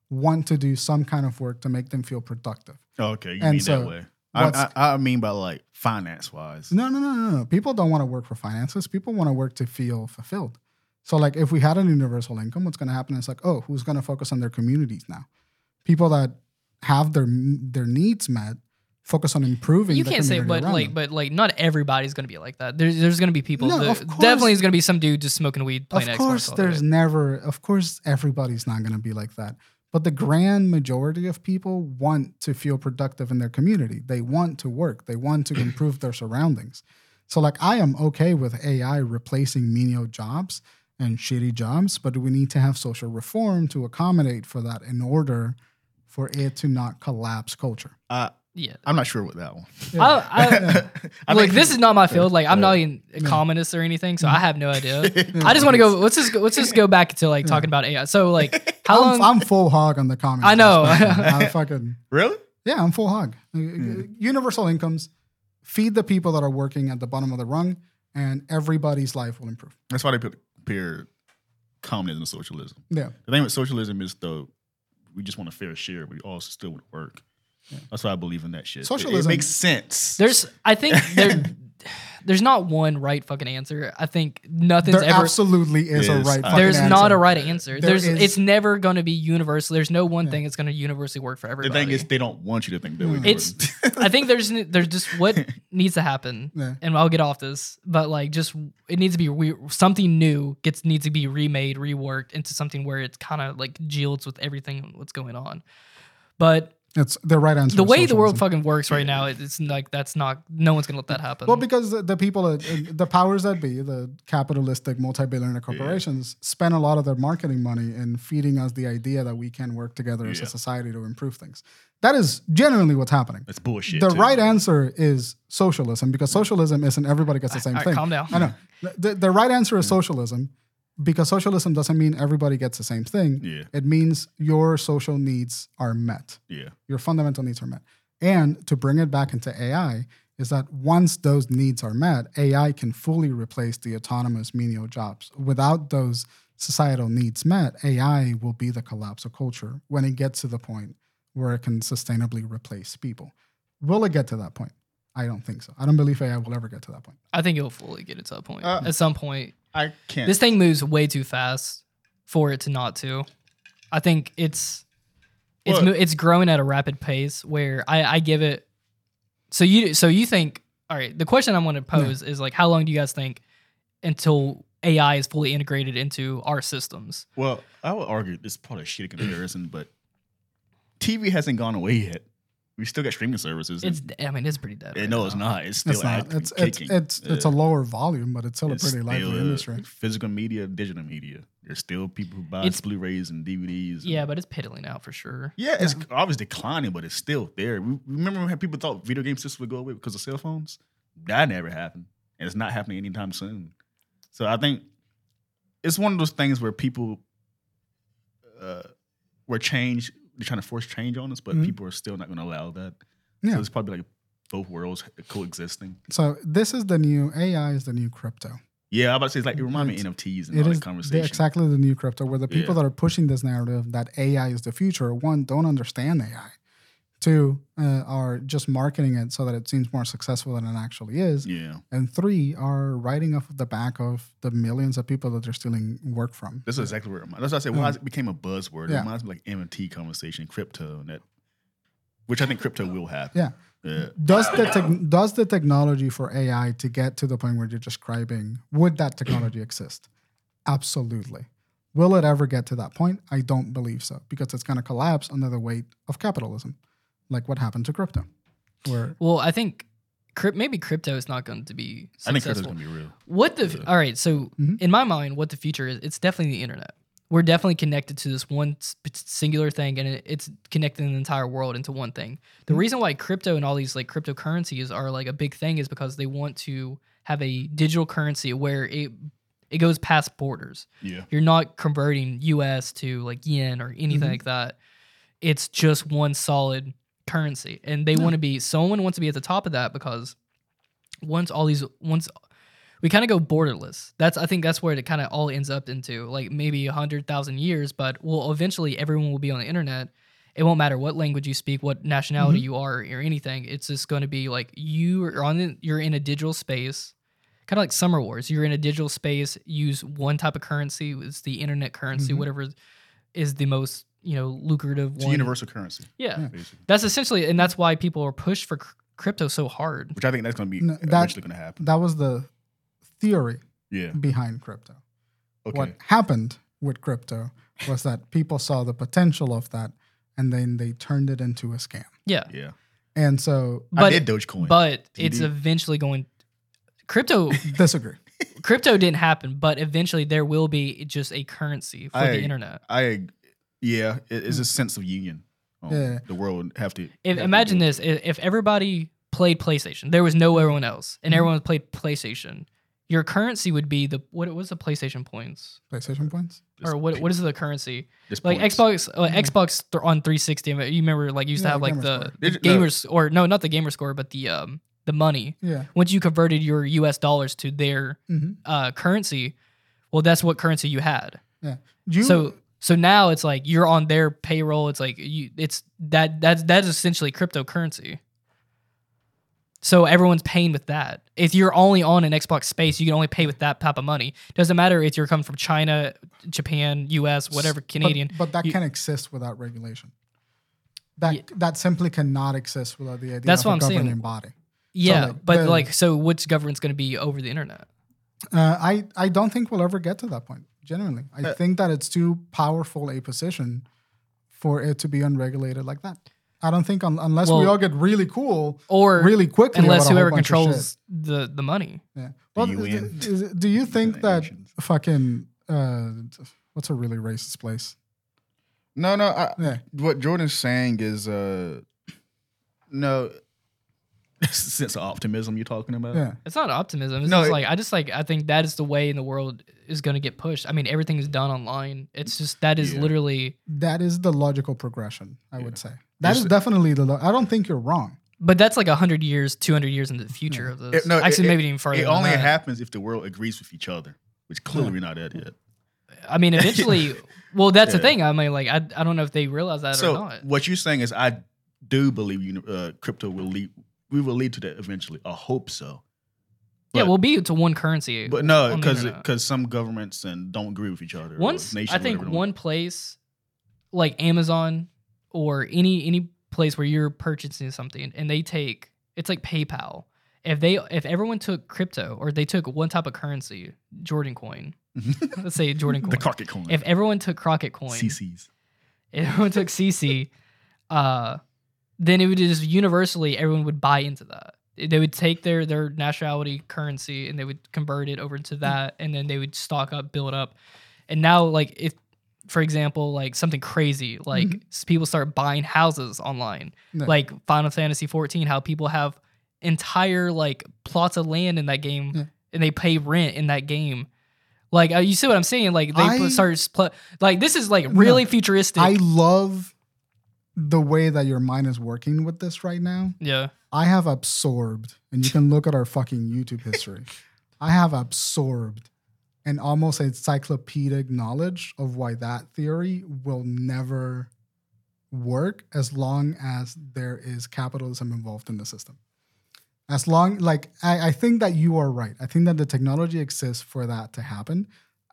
want to do some kind of work to make them feel productive. Oh, Okay, you And mean so that way. I, what's- I, I mean by like finance wise. No, no, no, no, no. People don't want to work for finances. People want to work to feel fulfilled. So, like, if we had an universal income, what's going to happen is like, oh, who's going to focus on their communities now? People that have their their needs met focus on improving. You the can't say community but around like them. but like not everybody's gonna be like that. There's there's gonna be people No, that- of course. definitely is gonna be some dude just smoking weed playing of Xbox. course all day. there's never of course everybody's not going to be like that But the grand majority of people want to feel productive in their community. They want to work. They want to improve their surroundings. So, like, I am okay with AI replacing menial jobs and shitty jobs, but we need to have social reform to accommodate for that in order for it to not collapse culture. I, Yeah. I'm not sure with that one. I, I, I look, think- this is not my field. Like, I'm Yeah. not even a communist or anything, so I have no idea. I just want to go. Let's just go, let's just go back to like talking about AI. So like, how I'm, long? I'm full hog on the comments. I know. I fucking Really? yeah, I'm full hog. Uh, Hmm. Universal incomes feed the people that are working at the bottom of the rung, and everybody's life will improve. That's why they put pair communism and socialism. Yeah, The thing with socialism is though, we just want a fair share, but we also still want to work. That's why I believe in that shit. It- Socialism- it makes sense. there's, I think there, there's not one right fucking answer. I think nothing's there ever. absolutely is a Is, right. uh, fucking There's not answer. a right answer. There there's, is- it's never going to be universal. There's no one thing that's going to universally work for The everybody. thing is, they don't want you to think that way. It's- I think there's n- there's just what needs to happen, Yeah. and I'll get off this, but like just it needs to be we something new gets needs to be remade, reworked into something where it's kind of like yields with everything what's going on. But It's the right answer. the is way the world socialism. fucking works right now, it- it's like that's not no one's gonna let that happen. Well, because the, the people, that- uh, the powers that be, the capitalistic multi-billionaire corporations, spend a lot of their marketing money in feeding us the idea that we can work together as Yeah. a society to improve things. That is genuinely what's happening. That's bullshit. The too. right answer is socialism because socialism isn't everybody gets the same All right, thing. calm down. I know. The, the right answer is socialism because socialism doesn't mean everybody gets the same thing. Yeah. It means your social needs are met Yeah. your fundamental needs are met. And to bring it back into AI is that once those needs are met, AI can fully replace the autonomous menial jobs. Without those societal needs met, AI will be the collapse of culture when it gets to the point where it can sustainably replace people. Will it get to that point? I don't think so. I don't believe AI will ever get to that point. I think it'll fully get it to a point. Uh, At some point, I can't. this thing moves way too fast for it to not to. I think it's it's What? mo- it's growing at a rapid pace where I I give it. So you so you think all right? The question I'm going to pose is like, how long do you guys think until AI is fully integrated into our systems? well, I would argue this is probably a shitty comparison, but TV hasn't gone away yet. We still got streaming services. and- It's I mean it's pretty dead. and right no, now. it's not. It's still It's not. active, It's it's kicking. it's, it's Uh, a lower volume, but it's still a pretty lively still, uh, industry. Physical media, digital media. There's still people who buy It's- Blu-rays and DVDs. and- Yeah, but it's piddling out for sure. yeah, it's obviously declining, but it's still there. We, remember when people thought video game systems would go away because of cell phones? That never happened, and it's not happening anytime soon. So I think it's one of those things where people, uh, where change they're trying to force change on us, but Mhm. people are still not going to allow that. Yeah. So it's probably like both worlds coexisting. So this is the new AI is the new crypto. Yeah, I was about to say it's like it reminds me of NFTs and all that the- conversation. exactly the new crypto where the people Yeah. that are pushing this narrative that AI is the future, one, don't understand AI. Two, uh, are just marketing it so that it seems more successful than it actually is. Yeah. And three, are writing off the back of the millions of people that they're stealing work from. That's exactly where it reminds. That's why I said why it became a buzzword. It Yeah. reminds me like MMT conversation, crypto, and that, which I think crypto will happen. Yeah. Yeah. Does the tech does the technology for AI to get to the point where you're describing would that technology exist? Absolutely. Will it ever get to that point? I don't believe so because it's going to collapse under the weight of capitalism, like what happened to crypto, where Well, I think crypt, maybe crypto is not going to be I think crypto's successful. gonna be real. what the all right? So Mhm. in my mind, what the future is, it's definitely the internet. We're definitely connected to this one s- singular thing, and it, it's connecting the entire world into one thing. The reason why crypto and all these like cryptocurrencies are like a big thing is because they want to have a digital currency where it it goes past borders. Yeah. You're not converting US to like yen or anything Mhm. like that. It's just one solid currency. And they want to be someone wants to be at the top of that because once all these once we kind of go borderless. That's I think that's where it kind of all ends up into like maybe a hundred thousand years, but well eventually everyone will be on the internet. It won't matter what language you speak, what nationality you are, or anything. It's just going to be like you are on. The, you're in a digital space kind of like summer wars you're in a digital space use one type of currency it's the internet currency Mhm. whatever is the most you know lucrative It's a one universal currency, yeah. Yeah. basically. that's essentially and that's why people are pushed for cr- crypto so hard Which I think that's gonna be No, that- eventually gonna happen. that was the theory yeah. behind crypto. Okay. What happened with crypto was that people saw the potential of that and then they turned it into a scam. Yeah. Yeah. And so I But did Dogecoin. but TD. it's eventually going crypto disagree. crypto didn't happen, but eventually there will be just a currency for I- the internet. I, yeah, it, it's a sense of union. Um, Yeah. The world have to If, have to imagine do it. this: i- if everybody played PlayStation, there was no everyone else, and Mm-hmm. Mhm. everyone played PlayStation. Your currency would be the what? What's the PlayStation points, PlayStation points? Just or what? pe- What is the currency? just Like points. Xbox, uh, Yeah. Xbox th- on 360. You remember, like you used Mm-hmm. Yeah, to have the like gamer the score. Did you- no. gamers, or no, not the gamer score, but the um the money. Yeah. Once you converted your U.S. dollars to their hmm uh, currency, well, that's what currency you had. You, so so now it's like you're on their payroll. It's like you it's that that's that's essentially cryptocurrency. So everyone's paying with that. If you're only on an Xbox space, you can only pay with that type of money. Doesn't matter if you're coming from China, Japan, US, whatever, but- Canadian. But, that you- can exist without regulation. That Yeah. that simply cannot exist without the idea That's of what a I'm saying. governing body. yeah, like, but the- like so what's government's going to be over the internet? Uh, I I don't think we'll ever get to that point. Genuinely, I Uh, think that it's too powerful a position for it to be unregulated like that. I don't think un- unless we Well- all get really cool Or really quickly. unless about a whoever whole bunch of controls shit. the the money. Yeah. Well, you th- win. th- do you think that Nations. fucking uh, what's a really racist place? No, no. I, Yeah. What Jordan's saying is, uh no, sense of optimism you're talking about. Yeah. It's not optimism. It's No, just it- like I just like I think that is the way in the world is going to get pushed. I mean, everything is done online. It's just that is Yeah. literally, That is the logical progression, I Yeah. would say. That is There's- definitely the. Lo- I don't think you're wrong. but that's like hundred years, two hundred years into the future of this. It- no, Actually, it- maybe even further. It than only that. happens if the world agrees with each other, which clearly we're not at yet. I mean, eventually. well, that's the Yeah. thing. I mean, like I, I don't know if they realize that or So not. what you're saying is, I do believe you, uh, crypto will lead. We will lead to that eventually. I hope so. yeah, but- we'll be to one currency. But no, On the because internet. because some governments and don't agree with each other. or uh, once nations I or think whatever. one place, like Amazon or any any place where you're purchasing something, and they take it's like PayPal. If they if everyone took crypto or they took one type of currency, Jordan coin, let's say Jordan coin. the Crockett coin, if everyone took Crockett coin, CCs. if everyone took CC, uh, then it would just universally everyone would buy into that. They would take their their nationality currency and they would convert it over to that, and then they would stock up, build up, and now like if, for example, like something crazy, like Mm-hmm. s- people start buying houses online, No. like Final Fantasy fourteen, how people have entire like plots of land in that game, Yeah. and they pay rent in that game. Like uh, you see what I'm saying? Like they I- put start spl- like this is like really futuristic. I love the way that your mind is working with this right now. yeah. I have absorbed, and you can look at our fucking YouTube history. I have absorbed an almost encyclopedic knowledge of why that theory will never work as long as there is capitalism involved in the system. As long, like, I, I think that you are right. I think that the technology exists for that to happen.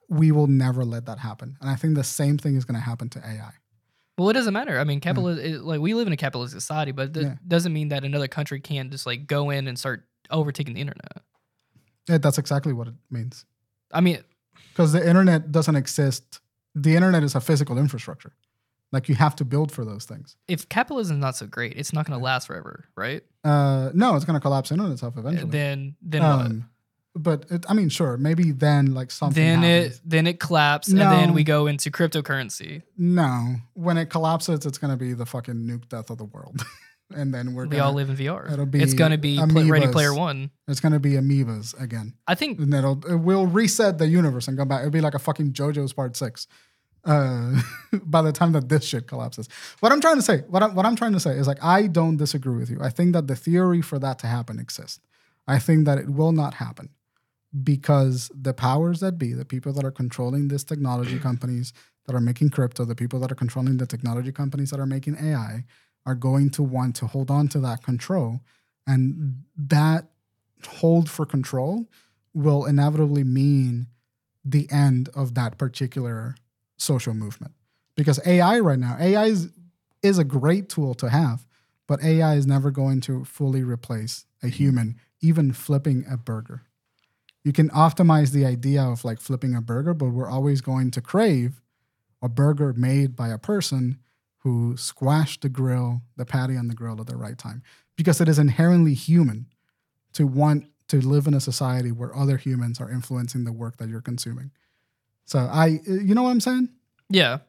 We will never let that happen. And I think the same thing is going to happen to AI. Well, it doesn't matter. I mean, capitalism. Like we live in a capitalist society, but that Hmm. Yeah. doesn't mean that another country can't just like go in and start overtaking the internet. Yeah, that's exactly what it means. I mean, because the internet doesn't exist. The internet is a physical infrastructure. Like you have to build for those things. if capitalism's not so great, it's not going to last forever, right? Uh, no, it's going to collapse in on itself eventually. Then, then Um, but it, I mean, sure, maybe then like what? something. Then happens. it then it collapses, and then No. we go into cryptocurrency. No, when it collapses, it's going to be the fucking nuke death of the world, and then we're We gonna, all live in VR. it'll it's be going to be pl- Ready amoebas. Player One. It's going to be amoebas again, I think and it'll it will reset the universe and come back. It'll be like a fucking JoJo's Part Six. Uh, by the time that this shit collapses, what I'm trying to say, what I'm what I'm trying to say is like I don't disagree with you. I think that the theory for that to happen exists. I think that it will not happen because the powers that be, the people that are controlling these technology companies that are making crypto, the people that are controlling the technology companies that are making AI, are going to want to hold on to that control. And that hold for control will inevitably mean the end of that particular social movement. Because AI right now, AI is, is a great tool to have, but AI is never going to fully replace a human, even flipping a burger. you can optimize the idea of like flipping a burger, but we're always going to crave a burger made by a person who squashed the grill, the patty on the grill at the right time, because it is inherently human to want to live in a society where other humans are influencing the work that you're consuming. So I, you know what I'm saying? Yeah.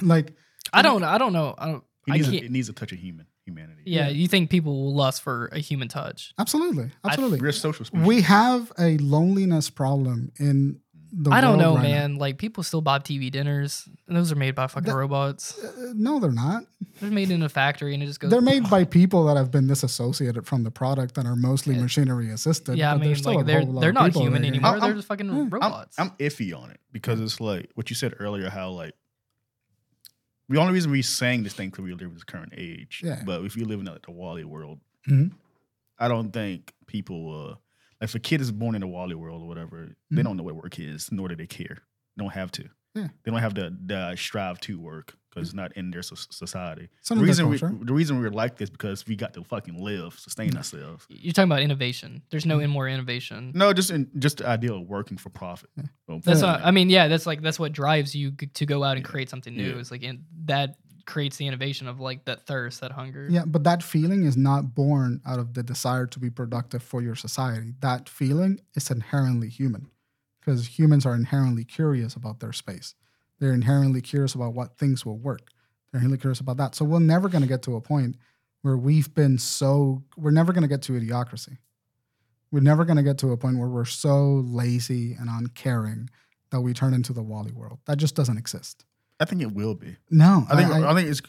Like, I don't. I don't know. I don't. It I needs, a, can't- it needs a touch of human humanity. Yeah, Yeah. You think people will lust for a human touch? absolutely, absolutely. We're a social species. we have a loneliness problem in the I don't world know, right now. man. Like people still buy TV dinners, and those are made by fucking That- robots. Uh, no, they're not. They're made in a factory, and it just goes. They're made by people that have been disassociated from the product and are mostly Yeah. machinery assisted. yeah, I but mean, there's still like a they're whole lot they're of not people that human are- anymore. I'm- they're just fucking I'm- robots. I'm iffy on it because it's like what you said earlier, how like the only reason we sang this thing because we live in this current age. Yeah. But if you live in like the Wally world, Mhm. I don't think people uh like if a kid is born in the Wally world or whatever, they Mhm. don't know what work is, nor do they care. They don't have to. Yeah. They don't have to uh, strive to work because it's not in their so- society. Some the of their reason we, culture. the reason we're like this because we got to fucking live, sustain ourselves. You're talking about innovation. There's no in more innovation. No, just in, just the idea of working for profit. Mm-hmm. Yeah. Oh, That's yeah. not, I mean, yeah, that's like that's what drives you g- to go out and Yeah. create something new. Yeah. It's like in, that creates the innovation of like that thirst, that hunger. Yeah, but that feeling is not born out of the desire to be productive for your society. That feeling is inherently human because humans are inherently curious about their space. They're inherently curious about what things will work. They're inherently curious about that. So we're never going to get to a point where we've been so, we're never going to get to idiocracy. We're never going to get to a point where we're so lazy and uncaring that we turn into the Wally world. That just doesn't exist. I think it will be. No, I think I, think it's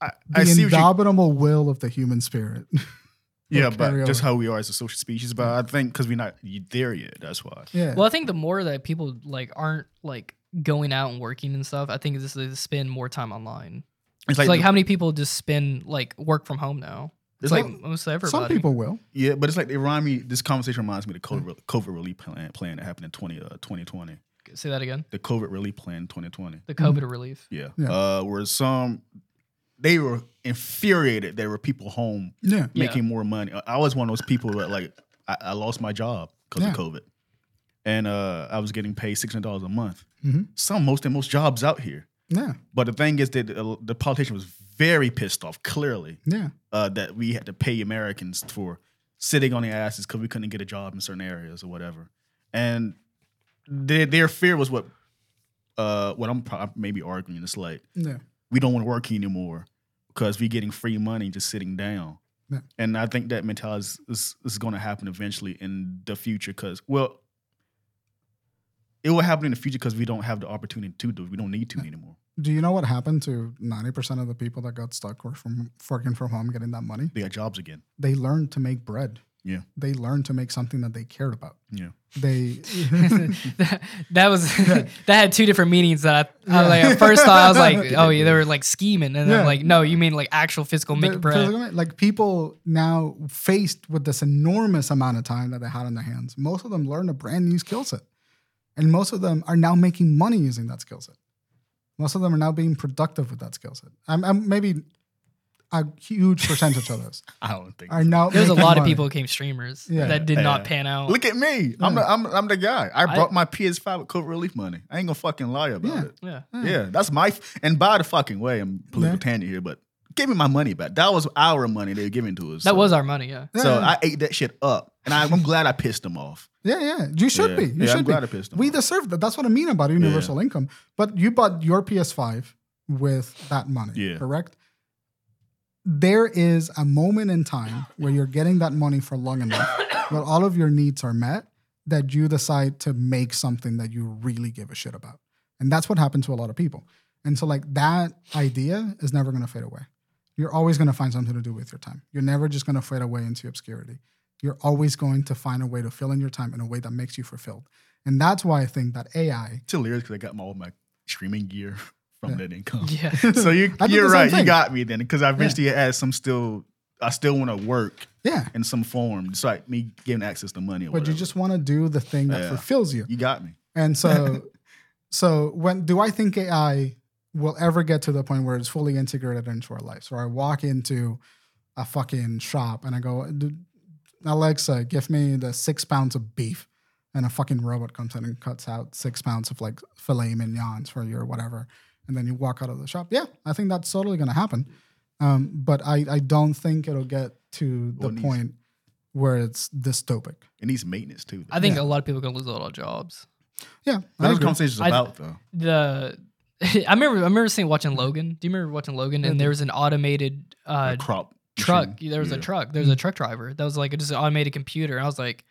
I, I the see what you, indomitable will of the human spirit. yeah, will but carry just over. how we are as a social species. But I think because we're not y- there yet, that's why. yeah. Well, I think the more that people like aren't like going out and working and stuff, I think this is they spend more time online. It's Like, like, like how many people just spend like work from home now? It's, It's like, like- most everybody. Some people will. yeah, but it's like it remind me. This conversation reminds me of the COVID, re- Mm-hmm. COVID relief plan, plan that happened in 20, uh, 2020. say that again. The COVID relief plan twenty twenty. The COVID relief. Yeah, Yeah. Uh, where some they were infuriated. There were people home Yeah. Yeah. making more money. I- I was one of those people that like I, I lost my job because Yeah. of COVID, and uh, I was getting paid six hundred dollars a month. Mhm. Some most and most jobs out here. Yeah. But the thing is that the, the politician was very pissed off, clearly, Yeah. uh, that we had to pay Americans for sitting on their asses because we couldn't get a job in certain areas or whatever. And their, their fear was what uh, what I'm pro- maybe arguing. It's like Yeah. we don't want to work anymore because we're getting free money just sitting down. Yeah. And I think that mentality is, is, is going to happen eventually in the future because, well, it will happen in the future because we don't have the opportunity to do it. We don't need to anymore. Do you know what happened to 90% of the people that got stuck or from working from home getting that money? They got jobs again. They learned to make bread. Yeah. They learned to make something that they cared about. Yeah. They that, that was Yeah. that had two different meanings that I, I Yeah. like at first thought I was like, oh yeah, they were like scheming, and Yeah. then like, no, you mean like actual physical the- make bread. Like people now faced with this enormous amount of time that they had on their hands. Most of them learned a brand new skill set. And most of them are now making money using that skill set. Most of them are now being productive with that skill set. I'm, I'm maybe a huge percentage of those I don't think are now. There's a making lot of money. people who became streamers Yeah. that did not Yeah. pan out. Look at me. I'm, the, I'm I'm the guy. I I- brought my PS5 with COVID relief money. I ain't gonna fucking lie about Yeah. it. yeah. Yeah. Yeah, that's my f- and by the fucking way, I'm political Yeah. tangent here, but give me my money back. That was our money they were giving to us. That so- was our money, yeah. so Yeah. I ate that shit up, and I, I'm glad I pissed them off. Yeah, yeah. You should Yeah. be. You Yeah, should I'm be. glad I pissed them we off. deserve that. That's what I mean about universal income. But you bought your PS5 with that money, Yeah. correct? There is a moment in time where you're getting that money for long enough, where all of your needs are met, that you decide to make something that you really give a shit about. And that's what happened to a lot of people. And so, like, that idea is never going to fade away. You're always going to find something to do with your time. You're never just going to fade away into obscurity. You're always going to find a way to fill in your time in a way that makes you fulfilled. And that's why I think that AI, It's hilarious because I got my all my streaming gear from Yeah. that income. Yeah. So you I did you're the same right. You thing. got me then because I eventually had some still. I still want to work yeah, in some form. It's like me giving access to money. Or but you whatever. just want to do the thing that Yeah. fulfills you. you got me. And so, so when do I think AI will ever get to the point where it's fully integrated into our lives? Or I walk into a fucking shop and I go, "D- Alexa, give me the six pounds of beef. and a fucking robot comes in and cuts out six pounds of like filet mignons for you or whatever, and then you walk out of the shop. Yeah, I think that's totally gonna happen. Um, but I, I don't think it'll get to the Well, it needs- point where it's dystopic. It needs maintenance too. I think a lot of people are gonna lose a lot of jobs. Yeah, I That's what agree. conversation's I- about though. The I remember I remember seeing watching Logan. Do you remember watching Logan? And there was an automated uh, The crop truck. machine. There was a Yeah. Mm. truck. There was a truck driver that was like just an automated computer. And I was like,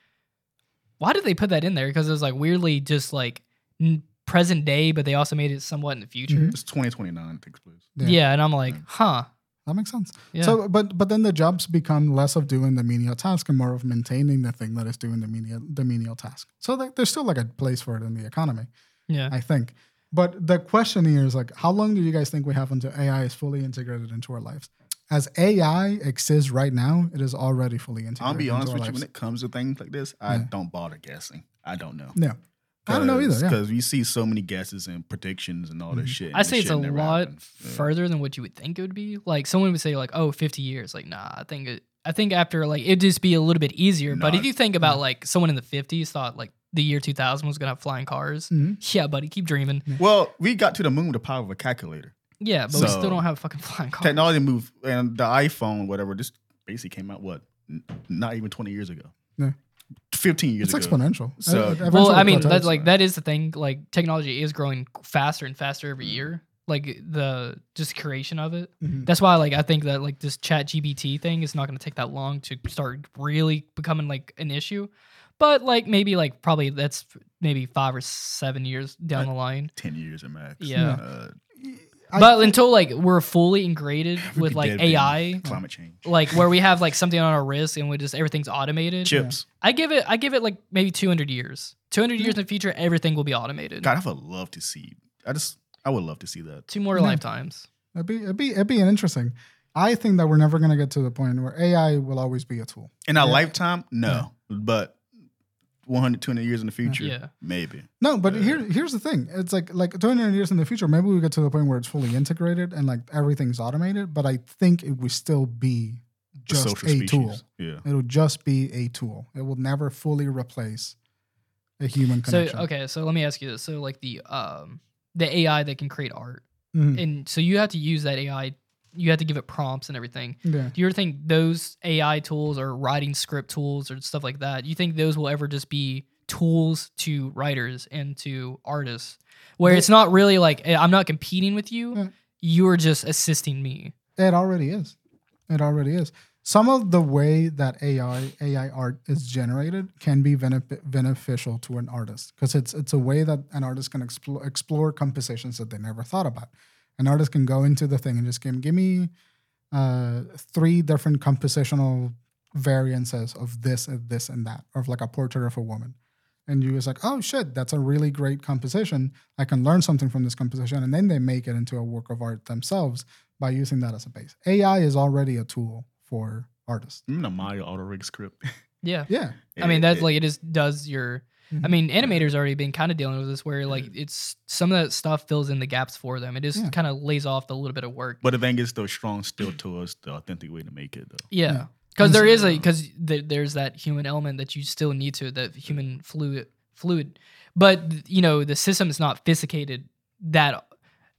why did they put that in there? Because it was like weirdly just like n- present day, but they also made it somewhat in the future. Mhm. It's 2029 takes place. Yeah. Yeah. and I'm like, Mm-hmm. Yeah. huh. that makes sense. Yeah. So, but but then the jobs become less of doing the menial task and more of maintaining the thing that is doing the menial the menial task. So like, there's still like a place for it in the economy, yeah. I think. But the question here is like, how long do you guys think we have until AI is fully integrated into our lives? As AI exists right now, it is already fully integrated. I'll be honest into our with you. When lives. it comes to things like this, I Yeah. don't bother guessing. I don't know. No, I don't know either. Yeah. Because we see so many guesses and predictions and all Mhm. this shit. and I the say it's shit a never lot happens. Yeah. further than what you would think it would be. Like someone would say, like, oh, 50 years. Like, nah, I think it, I think after like it'd just be a little bit easier. but Nah, if you think about like someone in the 50s thought like the year 2000 was gonna have flying cars, Mhm. Mm-hmm. yeah, buddy, keep dreaming. Well, we got to the moon with the power of a calculator. Yeah, but we still So- don't have fucking flying cars. Technology moved, and the iPhone, whatever, just basically came out what, n- not even 20 years ago. Yeah. 15 years it's ago. exponential. So- well, Well, Uh, eventually I it mean, plateaus. that's like that is the thing. Like technology is growing faster and faster every year. Like the just creation of it. Mhm. That's why, like, I think that like this Chat GBT thing is not going to take that long to start really becoming like an issue. But like maybe like probably that's maybe five or seven years down the line. 10 years at max. Yeah. Uh, I- but until like we're fully ingrated we'd with be like dead being AI, climate change, like where we have like something on our wrist and we just everything's automated. chips. I give it. I give it like maybe two hundred years. Two hundred years in the future, everything will be automated. God, I would love to see. I just, I would love to see that. Two more Yeah. lifetimes. It'd be it'd be it'd be interesting. I think that we're never gonna get to the point where AI will always be a tool. In our Yeah. lifetime, no, but 100, 200 years in the future, Yeah. maybe. No, but Yeah. here here's the thing. It's like like 200 years in the future, maybe we get to the point where it's fully integrated and like everything's automated. But I think it would still be The just a tool. Yeah. It'll just be a tool. It will never fully replace a human So connection. okay, so let me ask you this. So like the um the AI that can create art, Mhm. and so you have to use that AI. You have to give it prompts and everything. Yeah. Do you ever think those AI tools or writing script tools or stuff like that? You think those will ever just be tools to writers and to artists, where They- it's not really like eh, I'm not competing with you. Yeah. You are just assisting me. It already is. It already is. Some of the way that AI AI art is generated can be benef- beneficial to an artist because it's it's a way that an artist can explore explore compositions that they never thought about. An artist can go into the thing and just give, give me uh, three different compositional variances of this and this and that, or of like a portrait of a woman. And you was like, oh shit, that's a really great composition. I can learn something from this composition. And then they make it into a work of art themselves by using that as a base. AI is already a tool for artists. I'm in a Maya auto rig script. Yeah. Yeah. I mean, that's It- Mm-hmm. like it just does your. I Mhm. mean, animators already been kind of dealing with this, where like it's some of that stuff fills in the gaps for them. It just Yeah. kind of lays off the little bit of work. But the thing is, though, strong still to us the authentic way to make it, though. yeah, Yeah. because And there so- is a because th- there's that human element that you still need to that human fluid fluid, but you know the system is not sophisticated that.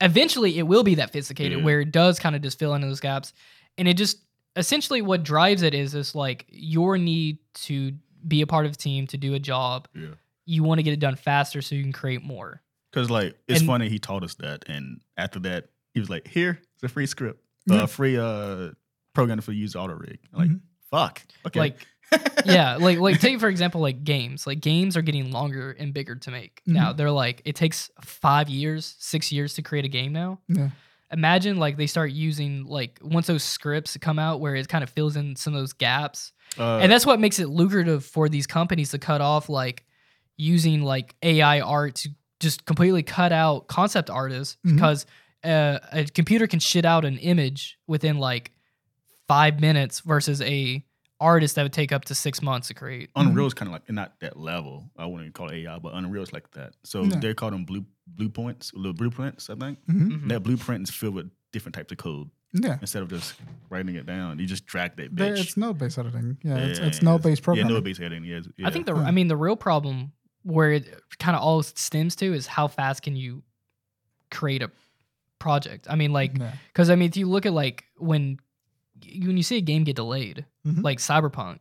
Eventually, it will be that sophisticated Yeah. where it does kind of just fill in those gaps, and it just essentially what drives it is this like your need to be a part of a team to do a job Yeah. you want to get it done faster so you can create more. Because, like, it's And- funny he taught us that. And after that, he was like, here, it's a free script, uh, Mm-hmm. Yeah. free uh, program for use auto rig. Like, Mhm. fuck. Okay. Like yeah, like like take for example like games. Like games are getting longer and bigger to make. Now they're like it takes 5 years, 6 years to create a game now. Yeah. Imagine like they start using like once those scripts come out where it kind of fills in some of those gaps. uh, and that's what makes it lucrative for these companies to cut off like using like AI art to just completely cut out concept artists Mhm. because uh, a computer can shit out an image within like five minutes versus a artist that would take up to six months to create. Mm-hmm. Unreal is kind of like not that level. I wouldn't even call it AI, but Unreal is like that. So No. they call them blue blueprints, little blueprints, I think. Mhm. Mhm. That blueprint is filled with different types of code. Yeah. Instead of just writing it down, you just drag that There- bitch. it's node based editing. Yeah. it's, it's Yeah, node based Yeah, programming. no base editing. Yeah, I think the Yeah. I mean the real problem where it kind of all stems to is how fast can you create a project? I mean, like, Yeah. because I mean, if you look at like when when you see a game get delayed, Mhm. like Cyberpunk,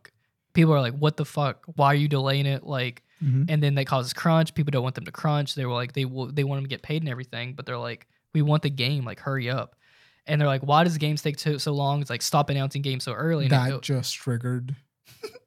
people are like, "What the fuck? Why are you delaying it?" Like, Mhm. and then that causes crunch. People don't want them to crunch. They were like, they will, they want them to get paid and everything, but they're like, "We want the game. Like, hurry up." And they're like, "Why does games take so, so long?" It's like stop announcing games so early. And it go- That just triggered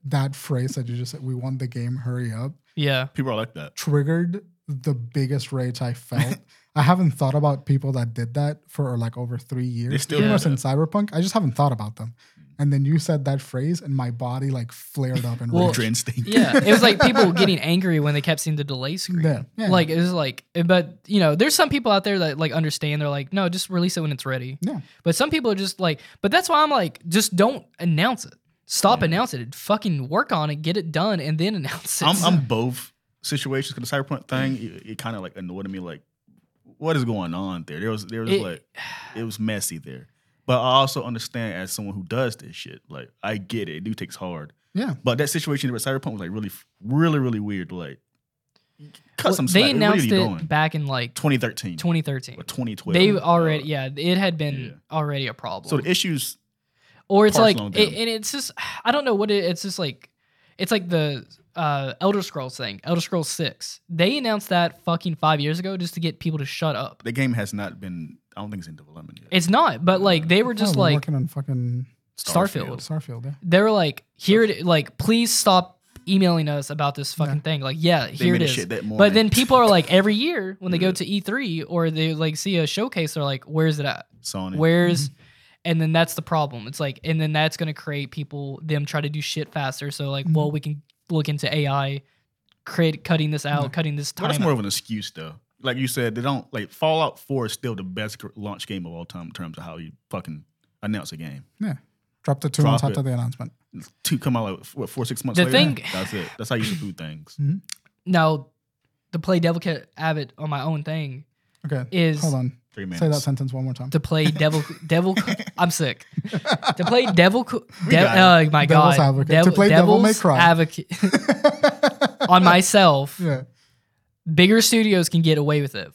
that phrase that you just said. We want the game. Hurry up. yeah, People are like that. Triggered the biggest rage I felt. I haven't thought about people that did that for like over three years. They still Yeah. Pretty do much that. in Mm. Cyberpunk. I just haven't thought about them. And then you said that phrase, and my body like flared up and Well, rage. Ultra instinct. yeah. It was like people getting angry when they kept seeing the delay screen. Yeah, yeah. Like it was like, but you know, there's some people out there that like understand. They're like, no, just release it when it's ready. Yeah. But some people are just like, but that's why I'm like, just don't announce it. Stop Yeah. announcing it. Fucking work on it. Get it done, and then announce it. I'm, I'm both situations because the cyberpunk thing it, it kind of like annoyed me. Like, what is going on there? There was there was It- like it was messy there. But I also understand as someone who does this shit, like I get it. It do takes hard. Yeah. But that situation with cyberpunk was like really, really, really weird. Like, cut Well, some slack. they What are announced you it doing? back in like 2013 2013. or 2012. They already, yeah, it had been Yeah. already a problem. Uh, So the issues, or it's like partial on it, them. and it's just i don't know what it, it's just like it's like the uh elder scrolls thing elder scrolls 6 they announced that fucking five years ago just to get people to shut up the game has not been. I don't think it's in development yet. it's not but like they were Yeah, just like Oh. working on fucking starfield, Starfield. Yeah. they were like here it like please stop emailing us about this fucking thing like yeah They here made it is the shit that morning. Mm. but then people are like every year when they go Yeah. to e3 or they like see a showcase they're like where's it at Sony. Where's Mm-hmm. and then that's the problem. It's like and then that's gonna create people them try to do shit faster. So like, Mm-hmm. well, we can look into AI, create cutting this out, Yeah. cutting this Well, time. that's more out. of an excuse, though. Like you said, they don't like Fallout Four is still the best gr- launch game of all time in terms of how you fucking announce a game. Dropped it two Drop months it. after the announcement. Two come out like what four six months. The later? thing- that's it. That's how you should do things. now, to play Devil Cat Abbott on my own thing Okay. is Hold on. Three minutes. Say that sentence one more time. to play Devil Devil. I'm sick. to play Devil. De- got oh my Devil's god. Advocate. To play Devil May Cry. Advocate on myself. yeah. bigger studios can get away with it.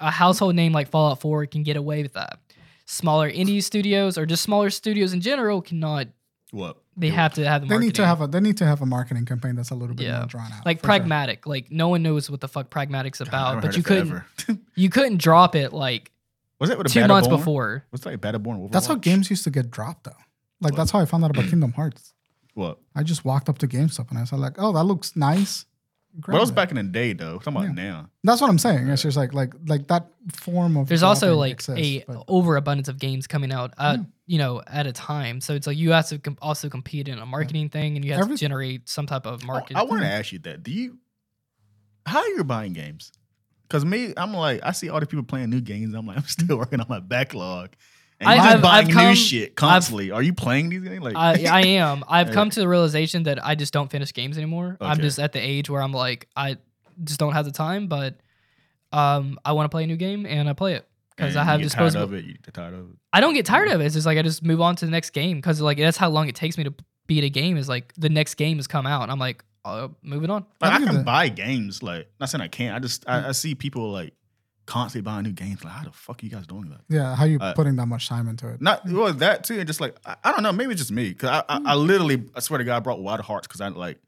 A household name like Fallout 4 can get away with that. Smaller indie studios or just smaller studios in general cannot. what They have to have the They marketing. need to have a they need to have a marketing campaign that's a little bit Yeah. more drawn out. like for sure. pragmatic. Like no one knows what the fuck pragmatic's I about, haven't but heard you it couldn't forever. you couldn't drop it like was that with 2 months before. Was that like Battleborn? Overwatch? That's how games used to get dropped though. Like What? that's how I found out about Kingdom Hearts. What? I just walked up to GameStop and I said like, "Oh, that looks nice." But that was Grab it. back in the day, though. I'm talking about Yeah. now. That's what I'm saying. It's just like like like that form of There's also dropping like exists, a but- Hmm. overabundance of games coming out at you know at a time. So it's like you have to com- also compete in a marketing thing and you have Every- to generate some type of Oh, market. I want to ask you that. Do you how you're buying games? Because me, I'm like, I see all the people playing new games. I'm like, I'm still working on my backlog. And I- you're I've- just buying I've new come- shit constantly. Are you playing these games? Like, I, I am. I've Yeah. come to the realization that I just don't finish games anymore. I'm Okay. just at the age where I'm like, I just don't have the time, but um, I want to play a new game and I play it because I And have you get tired of disposable. it. You get tired of it. I don't get tired of it. It's just like I just move on to the next game because like that's how long it takes me to beat a game. Is like the next game has come out. And I'm like, uh, moving on. Like, I I think can that- Mm. buy games. Like, not saying I can't. I just I, I see people like constantly buying new games. Like, how the fuck are you guys doing that? yeah, how you Uh, putting that much time into it? Not well that too, and just like I, I don't know, maybe it's just me because I, I, I Mm. literally I swear to God I brought Wild Hearts because I like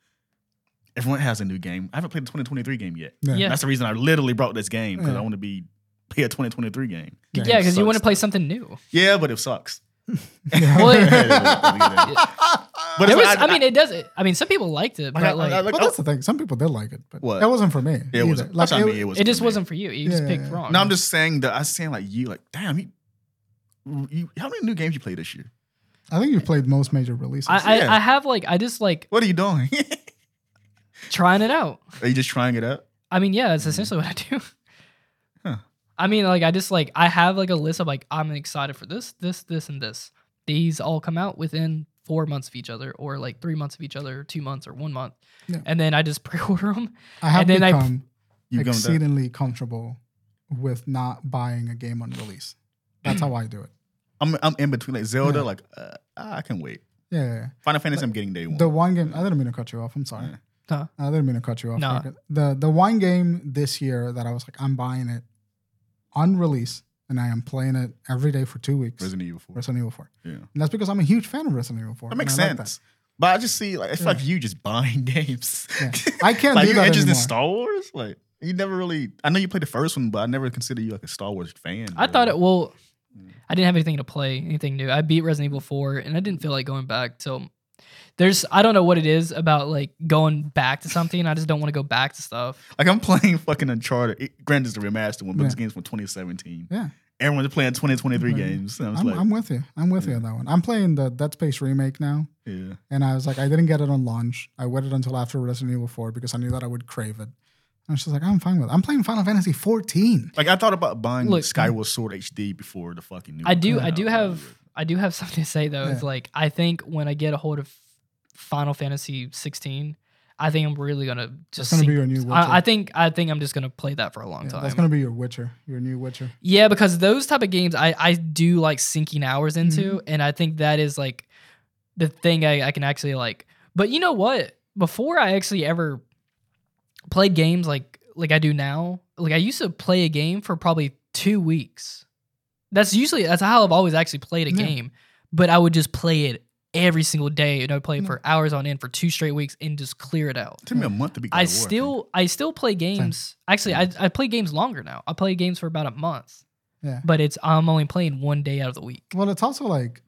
everyone has a new game. I haven't played the 2023 game yet. Yeah. That's the reason I literally brought this game because Yeah. I want to be play a 2023 game. Game yeah, because you sucks, want to play though. something new. Yeah, but it sucks. Yeah. Well, it- But There it's was, like, I, mean, it does. It, I mean, some people liked it, but like, I- like, I- like, oh. well, that's the thing. Some people did like it, but What? it wasn't for me. it either. was Like, I it- mean, it was it just for me. wasn't for you. You just Yeah, picked yeah. wrong. No, I'm just saying that I saying like you like damn you, you how many new games you played this year? I think you've played most major releases. I, yeah. I, I have like I just like What are you doing? trying it out. are you just trying it out? I mean, yeah, that's essentially what I do. Mm-hmm. Huh. I mean, like, I just like I have like a list of like I'm excited for this, this, this, and this. These all come out within four months of each other, or like three months of each other, or two months, or one month, Yeah. and then I just pre-order them. I have and then I- become You going to exceedingly comfortable with not buying a game on release. That's how I do it. I'm I'm in between like Zelda Yeah. like uh, I can wait. Yeah, yeah, Final Fantasy I'm getting day yeah. one. The one game I didn't mean to cut you off. I'm sorry. Yeah. No. I didn't mean to cut you off. No. Jacob. The the wine game this year that I was like, I'm buying it on release, and I am playing it every day for two weeks. Resident Evil 4. Resident Evil 4. Yeah. And that's because I'm a huge fan of Resident Evil 4. That makes and I like sense. But I just see, like, I feel Yeah. like you just buying games. Yeah. I can't like, do you're that interested in anymore. Star Wars? Like, you never really, I know you played the first one, but I never considered you like a Star Wars fan. I thought it. was. Well, Mm. I didn't have anything to play, anything new. I beat Resident Evil Four, and I didn't feel like going back. So there's, I don't know what it is about like going back to something. I just don't want to go back to stuff. Like, I'm playing fucking Uncharted. It, granted, it's the remastered one, but Yeah. this game's from 2017. Yeah. Everyone's playing 2023 Mhm. games. And I was I'm, like, I'm with you. I'm with you Yeah. on that one. I'm playing the Dead Space remake now, yeah. and I was like, I didn't get it on launch. I waited until after Resident Evil 4 because I knew that I would crave it. And I was just like, I'm fine with it. I'm playing Final Fantasy 14. Like, I thought about buying Look- Skyward Sword HD before the fucking new I do, one I came do out. have, I do have something to say though. It's Yeah. like I think when I get a hold of Final Fantasy 16, I think I'm really gonna That's just. gonna be sink- your new Witcher. I, I think I think I'm just gonna play that for a long Yeah, time. that's gonna be your Witcher, your new Witcher. Yeah, because those type of games I, I do like sinking hours into, and I think that is like the thing I, I can actually like. But you know what? Before I actually ever played games like like I do now, like I used to play a game for probably two weeks. That's usually that's how I've always actually played a Yeah. game. But I would just play it every single day, and I would play it Yeah. for hours on end for two straight weeks and just clear it out. It took me a month to be God I of War, think. still I still play games. Actually, I, I play games longer now. I play games for about a month, Yeah. but it's I'm only playing one day out of the week. Well, it's also like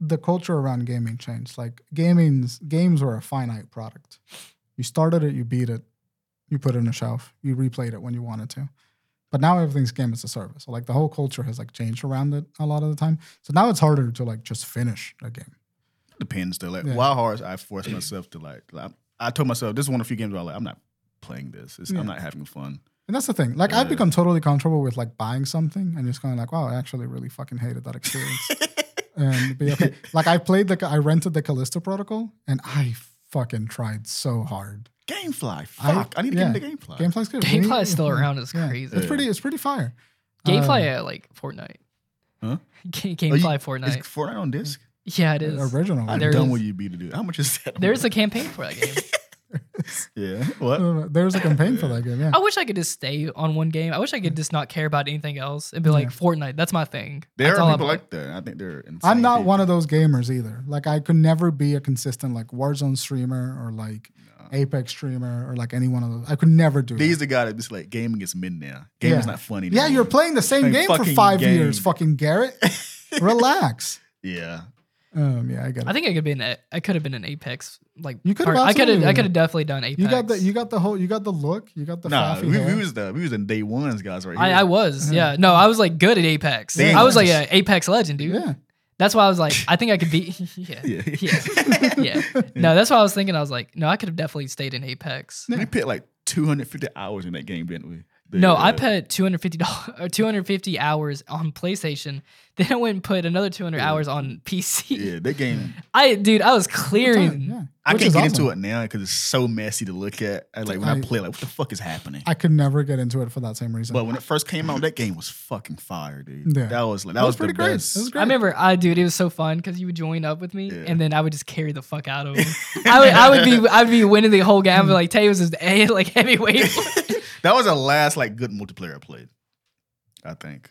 the culture around gaming changed. Like gaming's games were a finite product. You started it, you beat it, you put it on a shelf, you replayed it when you wanted to. But now everything's game as a service. So like the whole culture has like changed around it a lot of the time. So now it's harder to like just finish a game. depends though. Like Yeah. wild hearts, I forced myself to like, like, I told myself this is one of the few games where I'm like, I'm not playing this. It's, Yeah. I'm not having fun. And that's the thing. Like I've Yeah. become totally comfortable with like buying something and just going like, wow, I actually really fucking hated that experience. and be okay. Like I played the I rented the Callisto Protocol and I fucking tried so hard. Gamefly, I- fuck! I, need to yeah. get into Gamefly. Gamefly's Uh, good. We- Gamefly is still around is Yeah, crazy. It's pretty. It's pretty fire. Gamefly uh, like Fortnite. Huh? Ga- Oh, you- Gamefly Is Fortnite. Fortnite on disc? Yeah, it Uh, is. original. I'm there done is- with you, be to do. How much is that? There's a campaign for that game. yeah. What? Uh, There's a campaign for that game. Yeah. I wish I could just stay on one game. I wish I could just not care about anything else and be like Yeah. Fortnite. That's my thing. There That's are all I people play. like that. I think they're. Insane I'm not people. one of those gamers either. Like I could never be a consistent like Warzone streamer or like Nah. Apex streamer or like any one of those. I could never do. These that. the guy that just like gaming is mid now. Gaming is Yeah. not funny. Yeah, no you're more. playing the same Same game for fucking five years, game. fucking Garrett. Relax. Yeah. Um, yeah, I get it. I think I could be an A- I could have been an Apex like You could've part- I could have absolutely I been. could have definitely done Apex. you got the you got the whole you got the look. You got the Nah, faffy we, we hair. was the we was the day ones guys right here. I, I was, Mhm. yeah. No, I was like good at Apex. Dang. I was like an Apex legend, dude. yeah. That's why I was like, I think I could be. yeah. yeah. yeah. No, that's why I was thinking. I was like, no, I could have definitely stayed in Apex. we put like 250 hours in that game, didn't we? The- No, I uh, put 250 or 250 hours on PlayStation. Then I went and put another 200 Yeah. hours on PC. Yeah, that game. I, dude, I was Good time, clearing. yeah. I Which can't is get awesome. into it now because it's so messy to look at. I, like when I, I- play, like what the fuck is happening? I could never get into it for that same reason. but when it first came out, that game was fucking fire, dude. Yeah. That was like that It was was, pretty the great. It best. was great. I remember, I dude, it was so fun because you would join up with me, Yeah. and then I would just carry the fuck out of him. I would, I would be, I would be winning the whole game. I'd be like, Tay was just a like heavyweight. that was the last like good multiplayer I played. I think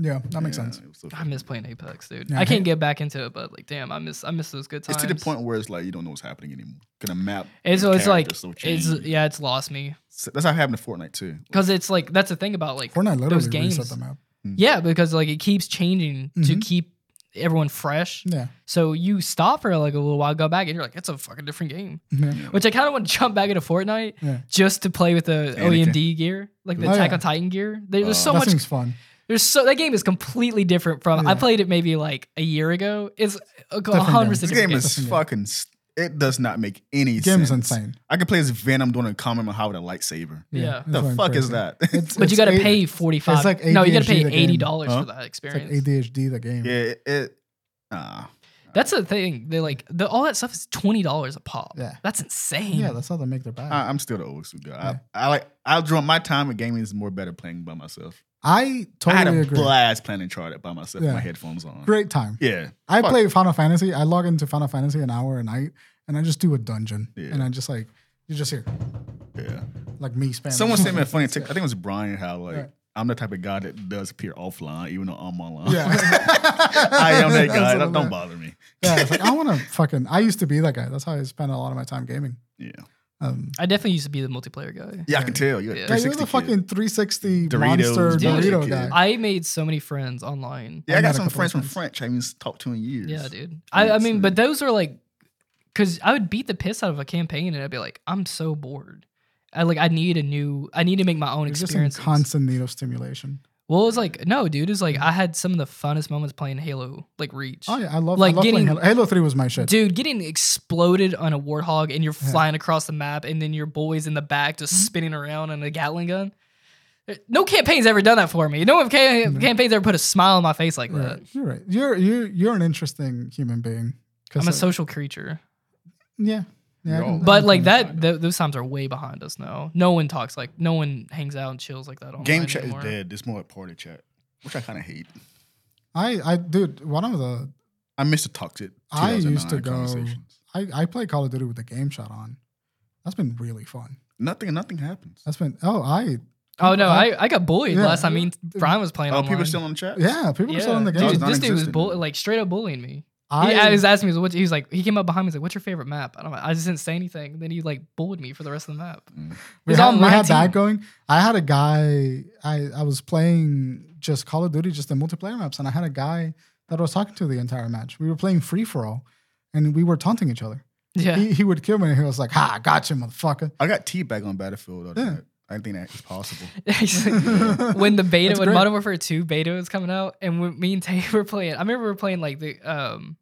yeah, that makes Yeah, sense. it was so- I miss playing Apex, dude. Yeah, I I can't hate- get back into it, but like, damn, I miss I miss those good times. it's to the point where it's like you don't know what's happening anymore. Gonna map. It's, and it's like characters will it's change. yeah, it's lost me So that's how it happened to Fortnite too. because it's like that's the thing about like Fortnite literally those games. reset the map. yeah, because like it keeps changing to Mhm. keep everyone fresh. Yeah. So you stop for like a little while, go back, and you're like, it's a fucking different game. yeah. Yeah. Which I kind of want to jump back into Fortnite Yeah. just to play with the Anakin. OMD gear, like the Oh, Attack yeah. on Titan gear. There- There's Uh, so that much seems fun. There's so that game is completely different from I Yeah. played it maybe like a year ago. It's a Different hundred game. This percent game different. is game. fucking. s- It does not make any The sense. game's insane. I could play as Venom doing a common how with a lightsaber. Yeah. it's the going fuck is crazy. that? It's- But you it's got to eight- pay forty five. it's like no, you got to ADHD pay the game. eighty dollars Huh? for that It's like experience. ADHD the game. yeah, it. it nah. That's the thing. They like the, all that stuff is twenty dollars a pop. Yeah. that's insane. Yeah, that's how they make their bag. I, I'm still the old school guy. Yeah. I, I like. I'll draw my time at gaming is more better playing by myself. I I had totally a agree. blast playing Uncharted by myself. with Yeah. My headphones on. Great time. Yeah, I fuck. play Final Fantasy. I log into Final Fantasy an hour a night, and I just do a dungeon, Yeah. and I just like You just hear Yeah. like me spamming. Someone sent me a funny TikTok. I think it was Brian. How like Right. I'm the type of guy that does appear offline, even though I'm online. Yeah. I am that guy. Don't, That's what I'm- don't bother me. Yeah, it's like, I want to fucking. I used to be that guy. That's how I spent a lot of my time gaming. Yeah. Um, I definitely used to be the multiplayer guy. Yeah, I can tell. You're, a Yeah. yeah, you're 360 the kid. fucking 360 Doritos, monster Dude. Dorito kid. guy. I made so many friends online. Yeah, I I met got a some couple friends from of friends. French. I haven't talked to in years. Yeah, dude. I, I Yes, mean, dude. but those are like, because I would beat the piss out of a campaign and I'd be like, I'm so bored. I like, I need a new, I need to make my own You're just in experience. constant need of stimulation. well, it was like, no, dude, it's like I had some of the funnest moments playing Halo, like Reach. Oh yeah, I love Like I love playing getting- Halo. Halo Three was my shit. Dude, getting exploded on a warthog and you're Yeah. Mm-hmm. flying across the map, and then your boys in the back just spinning around on a Gatling gun. Eh, No campaign's ever done that for me. No one ca- No. campaign's ever put a smile on my face like You're that. Mm-hmm. right. You're right. You're you're you're an interesting human being. 'Cause, uh, I'm uh, a social creature. yeah yeah. I You're can- all- I But can like that, behind th- those times are way behind us now. No one talks like, no one hangs out and chills like that. Online Game chat is anymore. dead. It's more like party chat, which I kind of hate. I, I dude, one of the I miss the toxic. I used to 2009 go- conversations. I, I play Call of Duty with the game shot on. That's been really fun. Nothing. Nothing happens. That's been oh I Oh no, I- I, I got bullied Yeah. last time. I mean, Brian was playing. Oh, online. people are still on the chat. yeah people are still in the Yeah, game. Dude, That this was dude was non-existent, bull- dude. like straight up bullying me. I, he, I was asking me, what he was like, he came up behind me, he's like, what's your favorite map? I don't know. I just didn't say anything. And then he like bullied me for the rest of the map. Mm. we, It's had, on we my had that team. going. I had a guy. I I was playing just Call of Duty, just the multiplayer maps, and I had a guy that I was talking to the entire match. We were playing free for all, and we were taunting each other. Yeah. He, he would kill me, and he was like, "Ha, I got you, motherfucker." I got teabag on Battlefield. Other Yeah. night. I didn't think that was possible. He's like- when the beta, That's when great. Modern Warfare 2 beta was coming out, and when me and Tay were playing, I remember we were playing like the, um,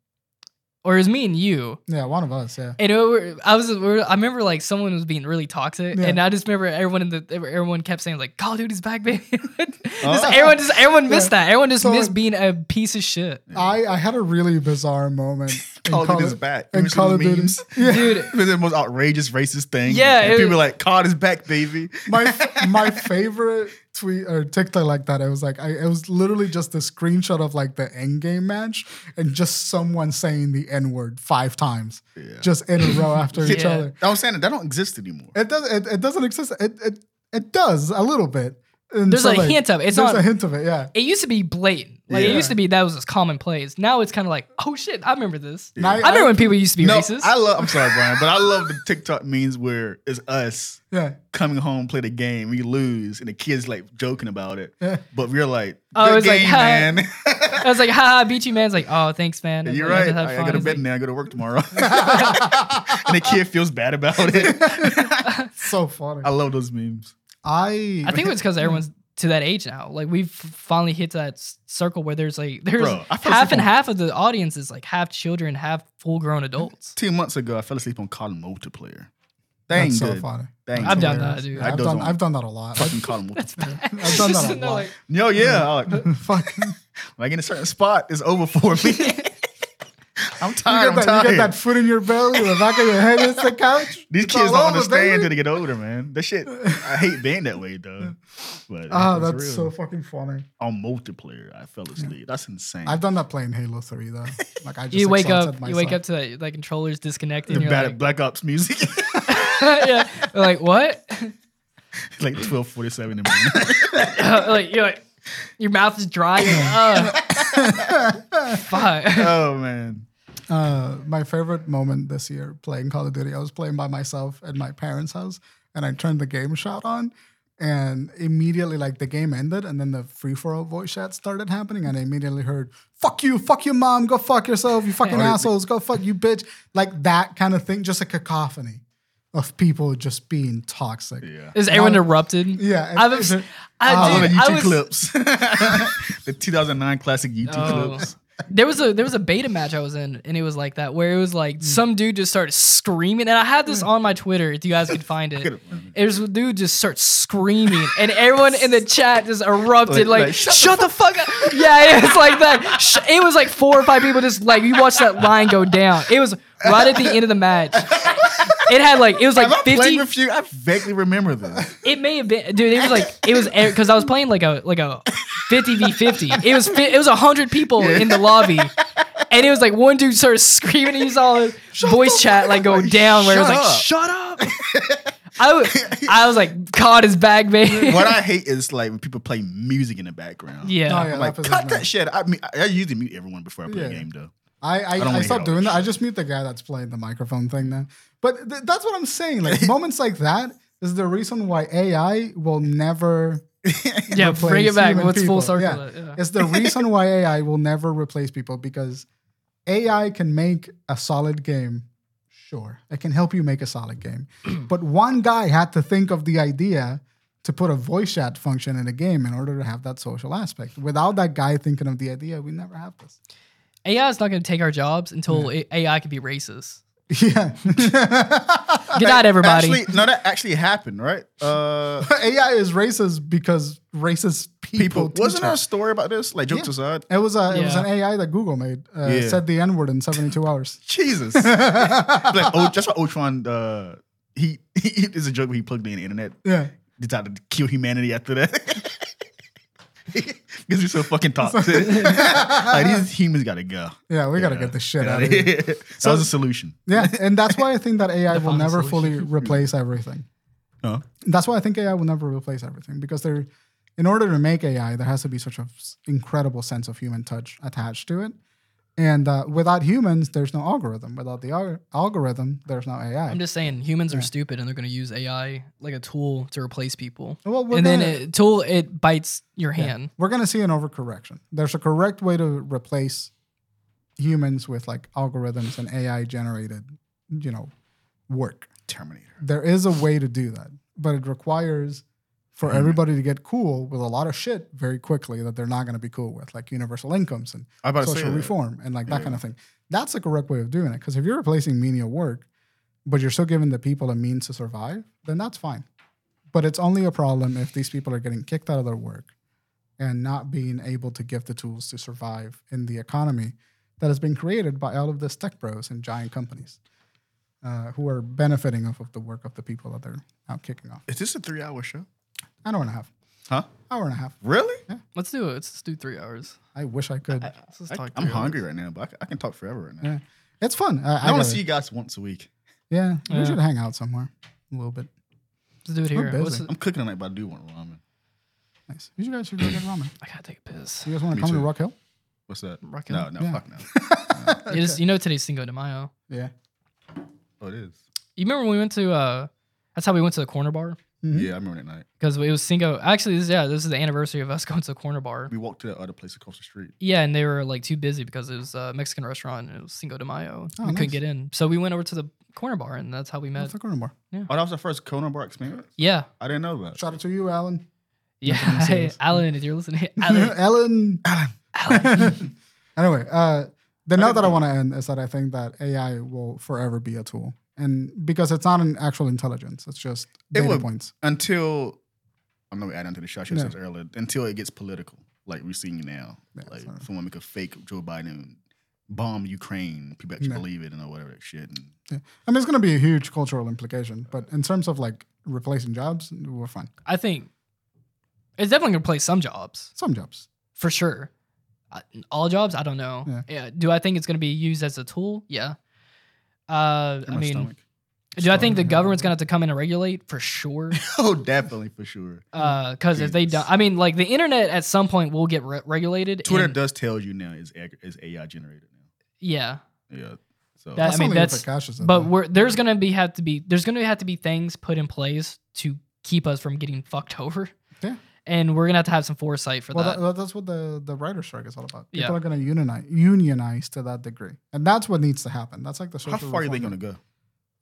or it was me and you. Yeah, one of us. Yeah. And it were- I was, we were- I remember like someone was being really toxic, Yeah. and I just remember everyone in the, everyone kept saying like, "Call of Duty's back, baby." just, Oh. Everyone just, everyone missed that. Everyone just So missed it- being a piece of shit. I, I had a really bizarre moment. in Call of Call Duty is of- back. in You see Call those of Duty. memes? Yeah. Dude. it was the most outrageous racist thing. Yeah, and it was- people were like, "COD is back, baby." my my favorite tweet or TikTok like that. It was like I, it was literally just a screenshot of like the end game match and just someone saying the N word five times, Yeah. just in a row after each Yeah. other. I was saying that, that don't exist anymore. It does. It, it doesn't exist. It it, it does a little bit. And There's so, a like, hint of it. It's there's not a hint of it. Yeah. it used to be blatant. Like it Yeah. used to be that was just commonplace. Now it's kind of like, oh shit, I remember this. And I- I remember when people used to be No, racist. I love. I'm sorry, Brian, but I love the TikTok memes where it's us yeah. coming home, play the game, we lose, and the kids like joking about it. Yeah. But we're like, Oh, good it was like, game, "Hi." man. I was like, ha, I beat you, man. It's like, oh, thanks, man. You're Like, right. had I, I fun. go to It's bed like- now. I go to work tomorrow. and the kid feels bad about it. So funny. I love those memes. I I think it's because everyone's to that age now. Like we've finally hit that s- circle where there's like there's Bro, I feel half so and fun. half of the audience is like half children, half full grown adults. Two months ago, I fell asleep on COD multiplayer. That ain't that's so good. funny. That ain't I've good. done Hilarious. that, dude. Yeah, I I've does done. one. I've done that a lot. Fucking COD multiplayer. I've done that a No, lot. like- Yo, yeah. I Like, Fucking. like in a certain spot, it's over for me. I'm You tired. get, I'm that, tired. you get that foot in your belly, the back of your head hits the couch. These It's kids all don't over, understand baby. till they get older, man. That shit, I hate being that way, though. But Ah, it's that's real. so fucking funny. on multiplayer. I fell asleep. That's insane. I've done that playing Halo Three though. Like I just you wake exhausted up, you wake up myself. to that, that controller's disconnected. the And you're bad like, Black Ops music, yeah, You're like what? like twelve forty seven in the morning. like you're like your mouth is dry. You're like, "Ugh." Fuck. oh man, Uh, my favorite moment this year playing Call of Duty. I was playing by myself at my parents' house, and I turned the game shot on, and immediately like the game ended, and then the free for all voice chat started happening, and I immediately heard "fuck you, fuck your mom, go fuck yourself, you fucking Oh, they- assholes, go fuck you, bitch," like that kind of thing, just a cacophony of people just being toxic. yeah. Is everyone Now- erupted? Yeah, I it's- was. I, I it's- love the dude, I YouTube was- clips, the 2009 classic YouTube Oh. clips. There was a there was a beta match I was in, and it was like that, where it was Mm. like some dude just started screaming, and I had this on my Twitter if you guys could find it. It was a dude just starts screaming, and everyone in the chat just erupted Like- like, like, "Shut, the fuck up!" Yeah, it was like that. Sh- It was like four or five people just like you watched that line go down. It was right at the end of the match. It had like it was like Have I fifty. played with you? I vaguely remember this. It may have been, dude. It was like it was because I was playing like a like a fifty v fifty. It was fi- it was hundred people in the lobby, and it was like one dude started screaming, and you saw his voice chat like go Oh, down, where it was like, "Shh." shut up. I, w- I was like, God is back, baby. what I hate is like when people play music in the background. yeah. Oh, yeah. I'm like, that pisses cut me that off. shit. I mean, I I usually mute everyone before I play a Yeah. game though. I I, don't I, wanna hear all stopped doing this that. I just mute the guy that's playing the microphone thing now. But th- that's what I'm saying. Like moments like that is the reason why AI will never. Yeah, bring it replace back. human What's people. full circle? Yeah. it, yeah. It's the reason why AI will never replace people because AI can make a solid game. Sure, it can help you make a solid game. but one guy had to think of the idea to put a voice chat function in a game in order to have that social aspect. Without that guy thinking of the idea, we never have this. AI is not going to take our jobs until A- AI can be racist. Yeah. Good night, everybody. Actually, no, that actually happened, right? Uh, AI is racist because racist people. people, teach wasn't it. there a story about this? Like jokes Yeah. aside, It was a it was Yeah. an AI that Google made. Uh, Yeah. Said the N word in seventy two hours. Jesus. like, oh, that's why Ultron. Uh, he, he he- there's a joke where he plugged in the internet, Yeah. decided to kill humanity after that. Because he's so fucking toxic. like, these humans gotta go. Yeah, we gotta Yeah. get the shit Get out outta of here. here. that was a solution. Yeah, and that's why I think that AI The will final never fully solution. replace everything. Huh? That's why I think AI will never replace everything because there, in order to make AI, there has to be such an incredible sense of human touch attached to it. And uh, without humans, there's no algorithm. Without the alg- algorithm, there's no AI. I'm just saying, humans are stupid, and they're going to use AI like a tool to replace people. well, we're and then gonna- it, till it bites your Yeah. hand. We're going to see an overcorrection. There's a correct way to replace humans with like algorithms and AI generated, you know, work. Terminator. There is a way to do that, but it requires for Mhm. everybody to get cool with a lot of shit very quickly that they're not going to be cool with, like universal incomes and I was about to say uh, social that. reform and like that Yeah. kind of thing. That's the correct way of doing it. Because if you're replacing menial work, but you're still giving the people a means to survive, then that's fine. But it's only a problem if these people are getting kicked out of their work and not being able to give the tools to survive in the economy that has been created by all of this tech bros and giant companies uh, who are benefiting off of the work of the people that they're out kicking off. Is this a three hour show? An hour and a half. Huh? Hour and a half. Really? Let's do it. Let's just do three hours. I wish I could. Let's just I, talk am three hungry right now, but I, c- I can talk forever right now. Yeah. it's fun. I, I, want gotta- to see you guys once a week. Yeah, Yeah. we should hang out somewhere a little bit. Hours. Let's do it here. busy. What's the- I'm cooking tonight, but I do want ramen. Nice. You guys should go get ramen. I gotta take a piss. You guys want Me to come too. to Rock Hill? What's that? Rock No, Hill? no, Yeah. fuck no. You just you know today's Cinco de Mayo. Yeah. Oh, it is. You remember when we went to uh that's how we went to the corner bar? Mhm. Yeah, I remember that night. Because it was Cinco actually this yeah, this is the anniversary of us going to the corner bar. We walked to that other place across the street. Yeah, and they were like too busy because it was a Mexican restaurant and it was Cinco de Mayo. Oh, we couldn't nice. get in. So we went over to the corner bar and that's how we met. Let's not go anymore. Oh, that was the first Conan bar experience? Yeah. I didn't know that. Shout out to you, Alan. Yeah. Nothing serious. Alan, if you're listening, Alan, Alan. Alan. anyway, uh, the note that I want to end is that I think that AI will forever be a tool, and because it's not an actual intelligence, it's just It data will- points. Until, I'm going to add on to the show, I should have No. said this earlier, until it gets political, like we're seeing now. Yeah, like sorry. someone make a fake Joe Biden bomb Ukraine, people actually No. believe it and all whatever that shit. And I mean, it's going to be a huge cultural implication, but in terms of like replacing jobs, we're fine. I think it's definitely gonna play some jobs. Some jobs. for sure. I- All jobs, I don't know. Yeah. Yeah. Do I think it's going to be used as a tool? Yeah. Uh, in I my mean, stomach. do I think the Stomach. government's going to have to come in and regulate for sure? oh, definitely for sure. uh, Because if they Jesus. don't, I mean, like the internet at some point will get re- regulated. Twitter and- does tell you now is ag- is AI generated yeah, now. Yeah. So That- I mean, only if that's- it cashes it, but though. we're, there's going to be have to be there's going to have to be things put in place to keep us from getting fucked over. Yeah. And we're gonna have to have some foresight for well, that. that. that's what the the writer strike is all about. People Yeah. are going to unionize, unionize to that degree, and that's what needs to happen. That's like the social how far are they reform. going to go?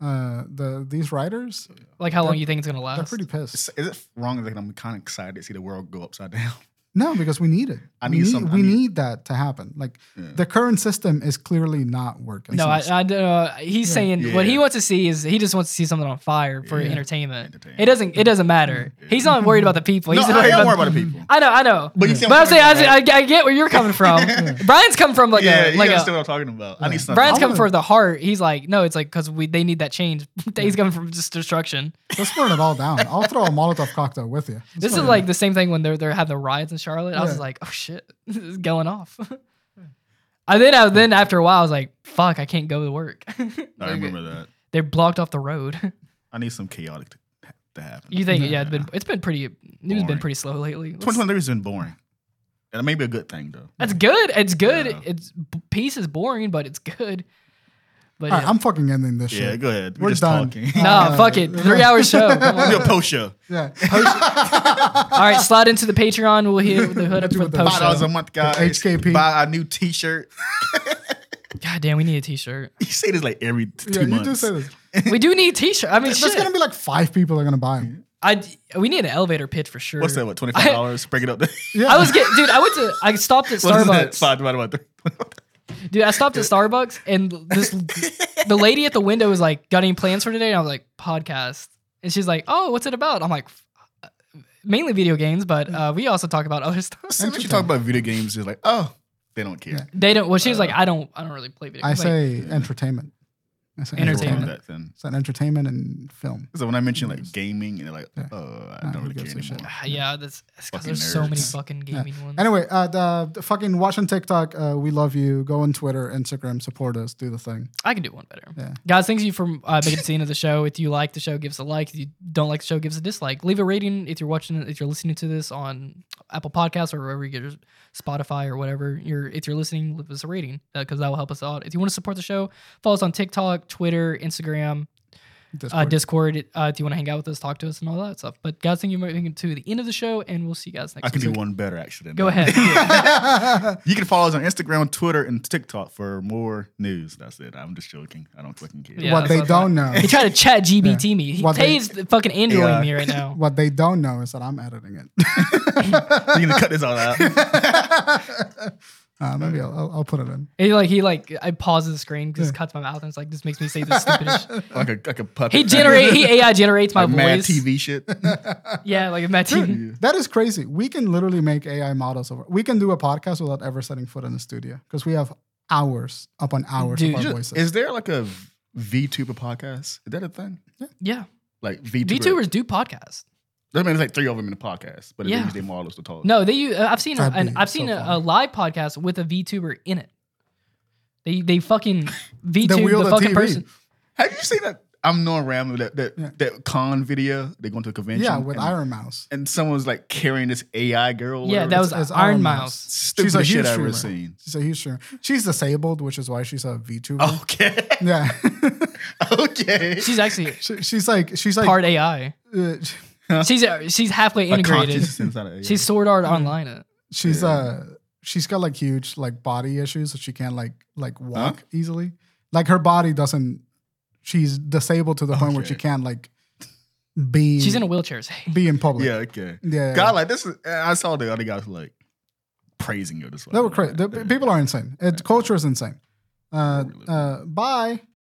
uh the these writers like, how long that- you think it's gonna last? they're pretty pissed Is, is it wrong that I'm kind of excited to see the world go upside down? no because we need it I we need need, some- I we need- need that to happen like Yeah. the current system is clearly not working No, I, I don't know. He's Yeah. saying what he Yeah. wants to see is he just wants to see something on fire for Yeah. entertainment. Entertainment. It doesn't. It doesn't matter. Yeah. He's not worried about the people. no, He's I worried am about worried about the people. I know. I know. But you see But what I'm saying I, talking about, I, I get where you're coming from. Brian's come from like yeah, a you like understand a. what I'm talking about. I need something. Brian's I coming wanna- from the heart. He's like, no, it's like because we they need that change. He's coming from just destruction. let's burn it all down i'll throw a molotov cocktail with you Let's This is burn it like oh, the same thing when they're they are have the riots in Charlotte. I was Yeah. like, oh shit, this is going off. I then I, then after a while I was like, fuck, I can't go to work. I remember that. They're blocked off the road. I need some chaotic to, to happen. You think? Yeah. Yeah, it's been it's been pretty. News Boring. been pretty slow lately. Let's- 2023 has been boring, and it may be a good thing though. That's good. It's good. Yeah. It's peace is boring, but it's good. But All right, yeah. I'm fucking ending this yeah, shit. go ahead. We're, We're just done. talking. no, Uh, fuck it. Three hour show. Come on. We'll do a post show. Yeah. All right, slide into the Patreon. We'll hit the hood up Do for it the then. post. Five dollars show. a month, guys. HKP. Buy a new T-shirt. God damn, we need a T-shirt. You say this like every t- yeah, two you months. do say this. We do need a T-shirt. I mean, There's shit. gonna be like five people that are gonna buy them. I we need an elevator pitch for sure. What's that? What twenty five dollars? Break it up. Yeah. I was getting, dude. I went to, I stopped at What's that? Starbucks, Five divided by three. dude. I stopped at Starbucks, and this, the lady at the window was like, "Got any plans for today?" And I was like, "Podcast," and she's like, "Oh, what's it about?" I'm like, "Uh, "Mainly video games, but uh, we also talk about other stuff." Since you talk about video games, it's like, oh, they don't care. Yeah. They don't. Well, she was like, Uh, "I don't, I don't really play video." I games. Like, say entertainment. I say They were on Entertainment. That then. It's an entertainment and film. So when I mention like gaming, and they're like, Yeah. oh, I don't Nah, who really care gives a shit? anymore. "Ah, yeah, that's because Fucking there's so many nerds. fucking gaming ones. Anyway, uh, the, the fucking watch on TikTok. Uh, we love you. Go on Twitter, Instagram, support us. Do the thing. I can do one better. Yeah. Guys, thanks you for uh, making it to the end of the show. If you like the show, give us a like. If you don't like the show, give us a dislike. Leave a rating if you're watching, if you're listening to this on Apple Podcasts or wherever you get your Spotify or whatever. You're if you're listening, leave us a rating because that will help us out. If you want to support the show, follow us on TikTok, Twitter, Instagram, uh, Discord. Discord. Uh, if you want to hang out with us, talk to us, and all that stuff. But guys, thank you for making it to the end of the show, and we'll see you guys next. I can do week. one better actually. than Go that. ahead. You can follow us on Instagram, Twitter, and TikTok for more news. That's it. I'm just joking. I don't fucking care. Yeah, what they that's what I don't know. he tried to chat GBT me. He What they- pays the fucking Android Yeah. me right now. What they don't know is that I'm editing it. You're gonna cut this all out. Uh, maybe I'll, I'll, I'll put it in. And he like he like I pauses the screen because cuts my mouth and it's like this makes me say the stupidest. shit. like a like a puppet. He generate he AI generates my like mad voice. TV shit. Yeah, like Matt TV. That is crazy. We can literally make AI models over. We can do a podcast without ever setting foot in the studio because we have hours upon hours Dude, of our you- voices. Is there like a VTuber podcast? Is that a thing? Yeah, Like VTuber. VTubers do podcasts. I mean, there's like three of them in a podcast, but they Yeah. use their models to talk. No, they u- uh, I've seen a, That'd an, be I've so seen a, a funny. live podcast with a VTuber in it. They they fucking VTube wheel the, of fucking TV. person. Have you seen that? I'm Norm Ram that that, Yeah. that con video. They going to a convention. yeah, with and, Iron Mouse. and someone's like carrying this AI girl. or Yeah, whatever. that was It's Iron Iron Mouse. stupid She's a shit huge I've ever streamer. seen. Oh. She's a huge streamer. She's disabled, which is why she's a VTuber. Okay, Yeah, okay. She's actually she, she's like she's like part AI. uh, She's uh, she's halfway A integrated. conscious inside of AI. She's Sword Art Online. it. she's Yeah. uh she's got like huge like body issues, so she can't like like walk easily. Like her body doesn't. She's disabled to the point where she Okay. can't like be. She's in a wheelchair. say. be in public. yeah, okay. yeah. yeah. God, like this is. I saw the other guys like praising her. This They were crazy. The, Yeah. People are insane. It, culture is insane. Uh, Really? uh, bye.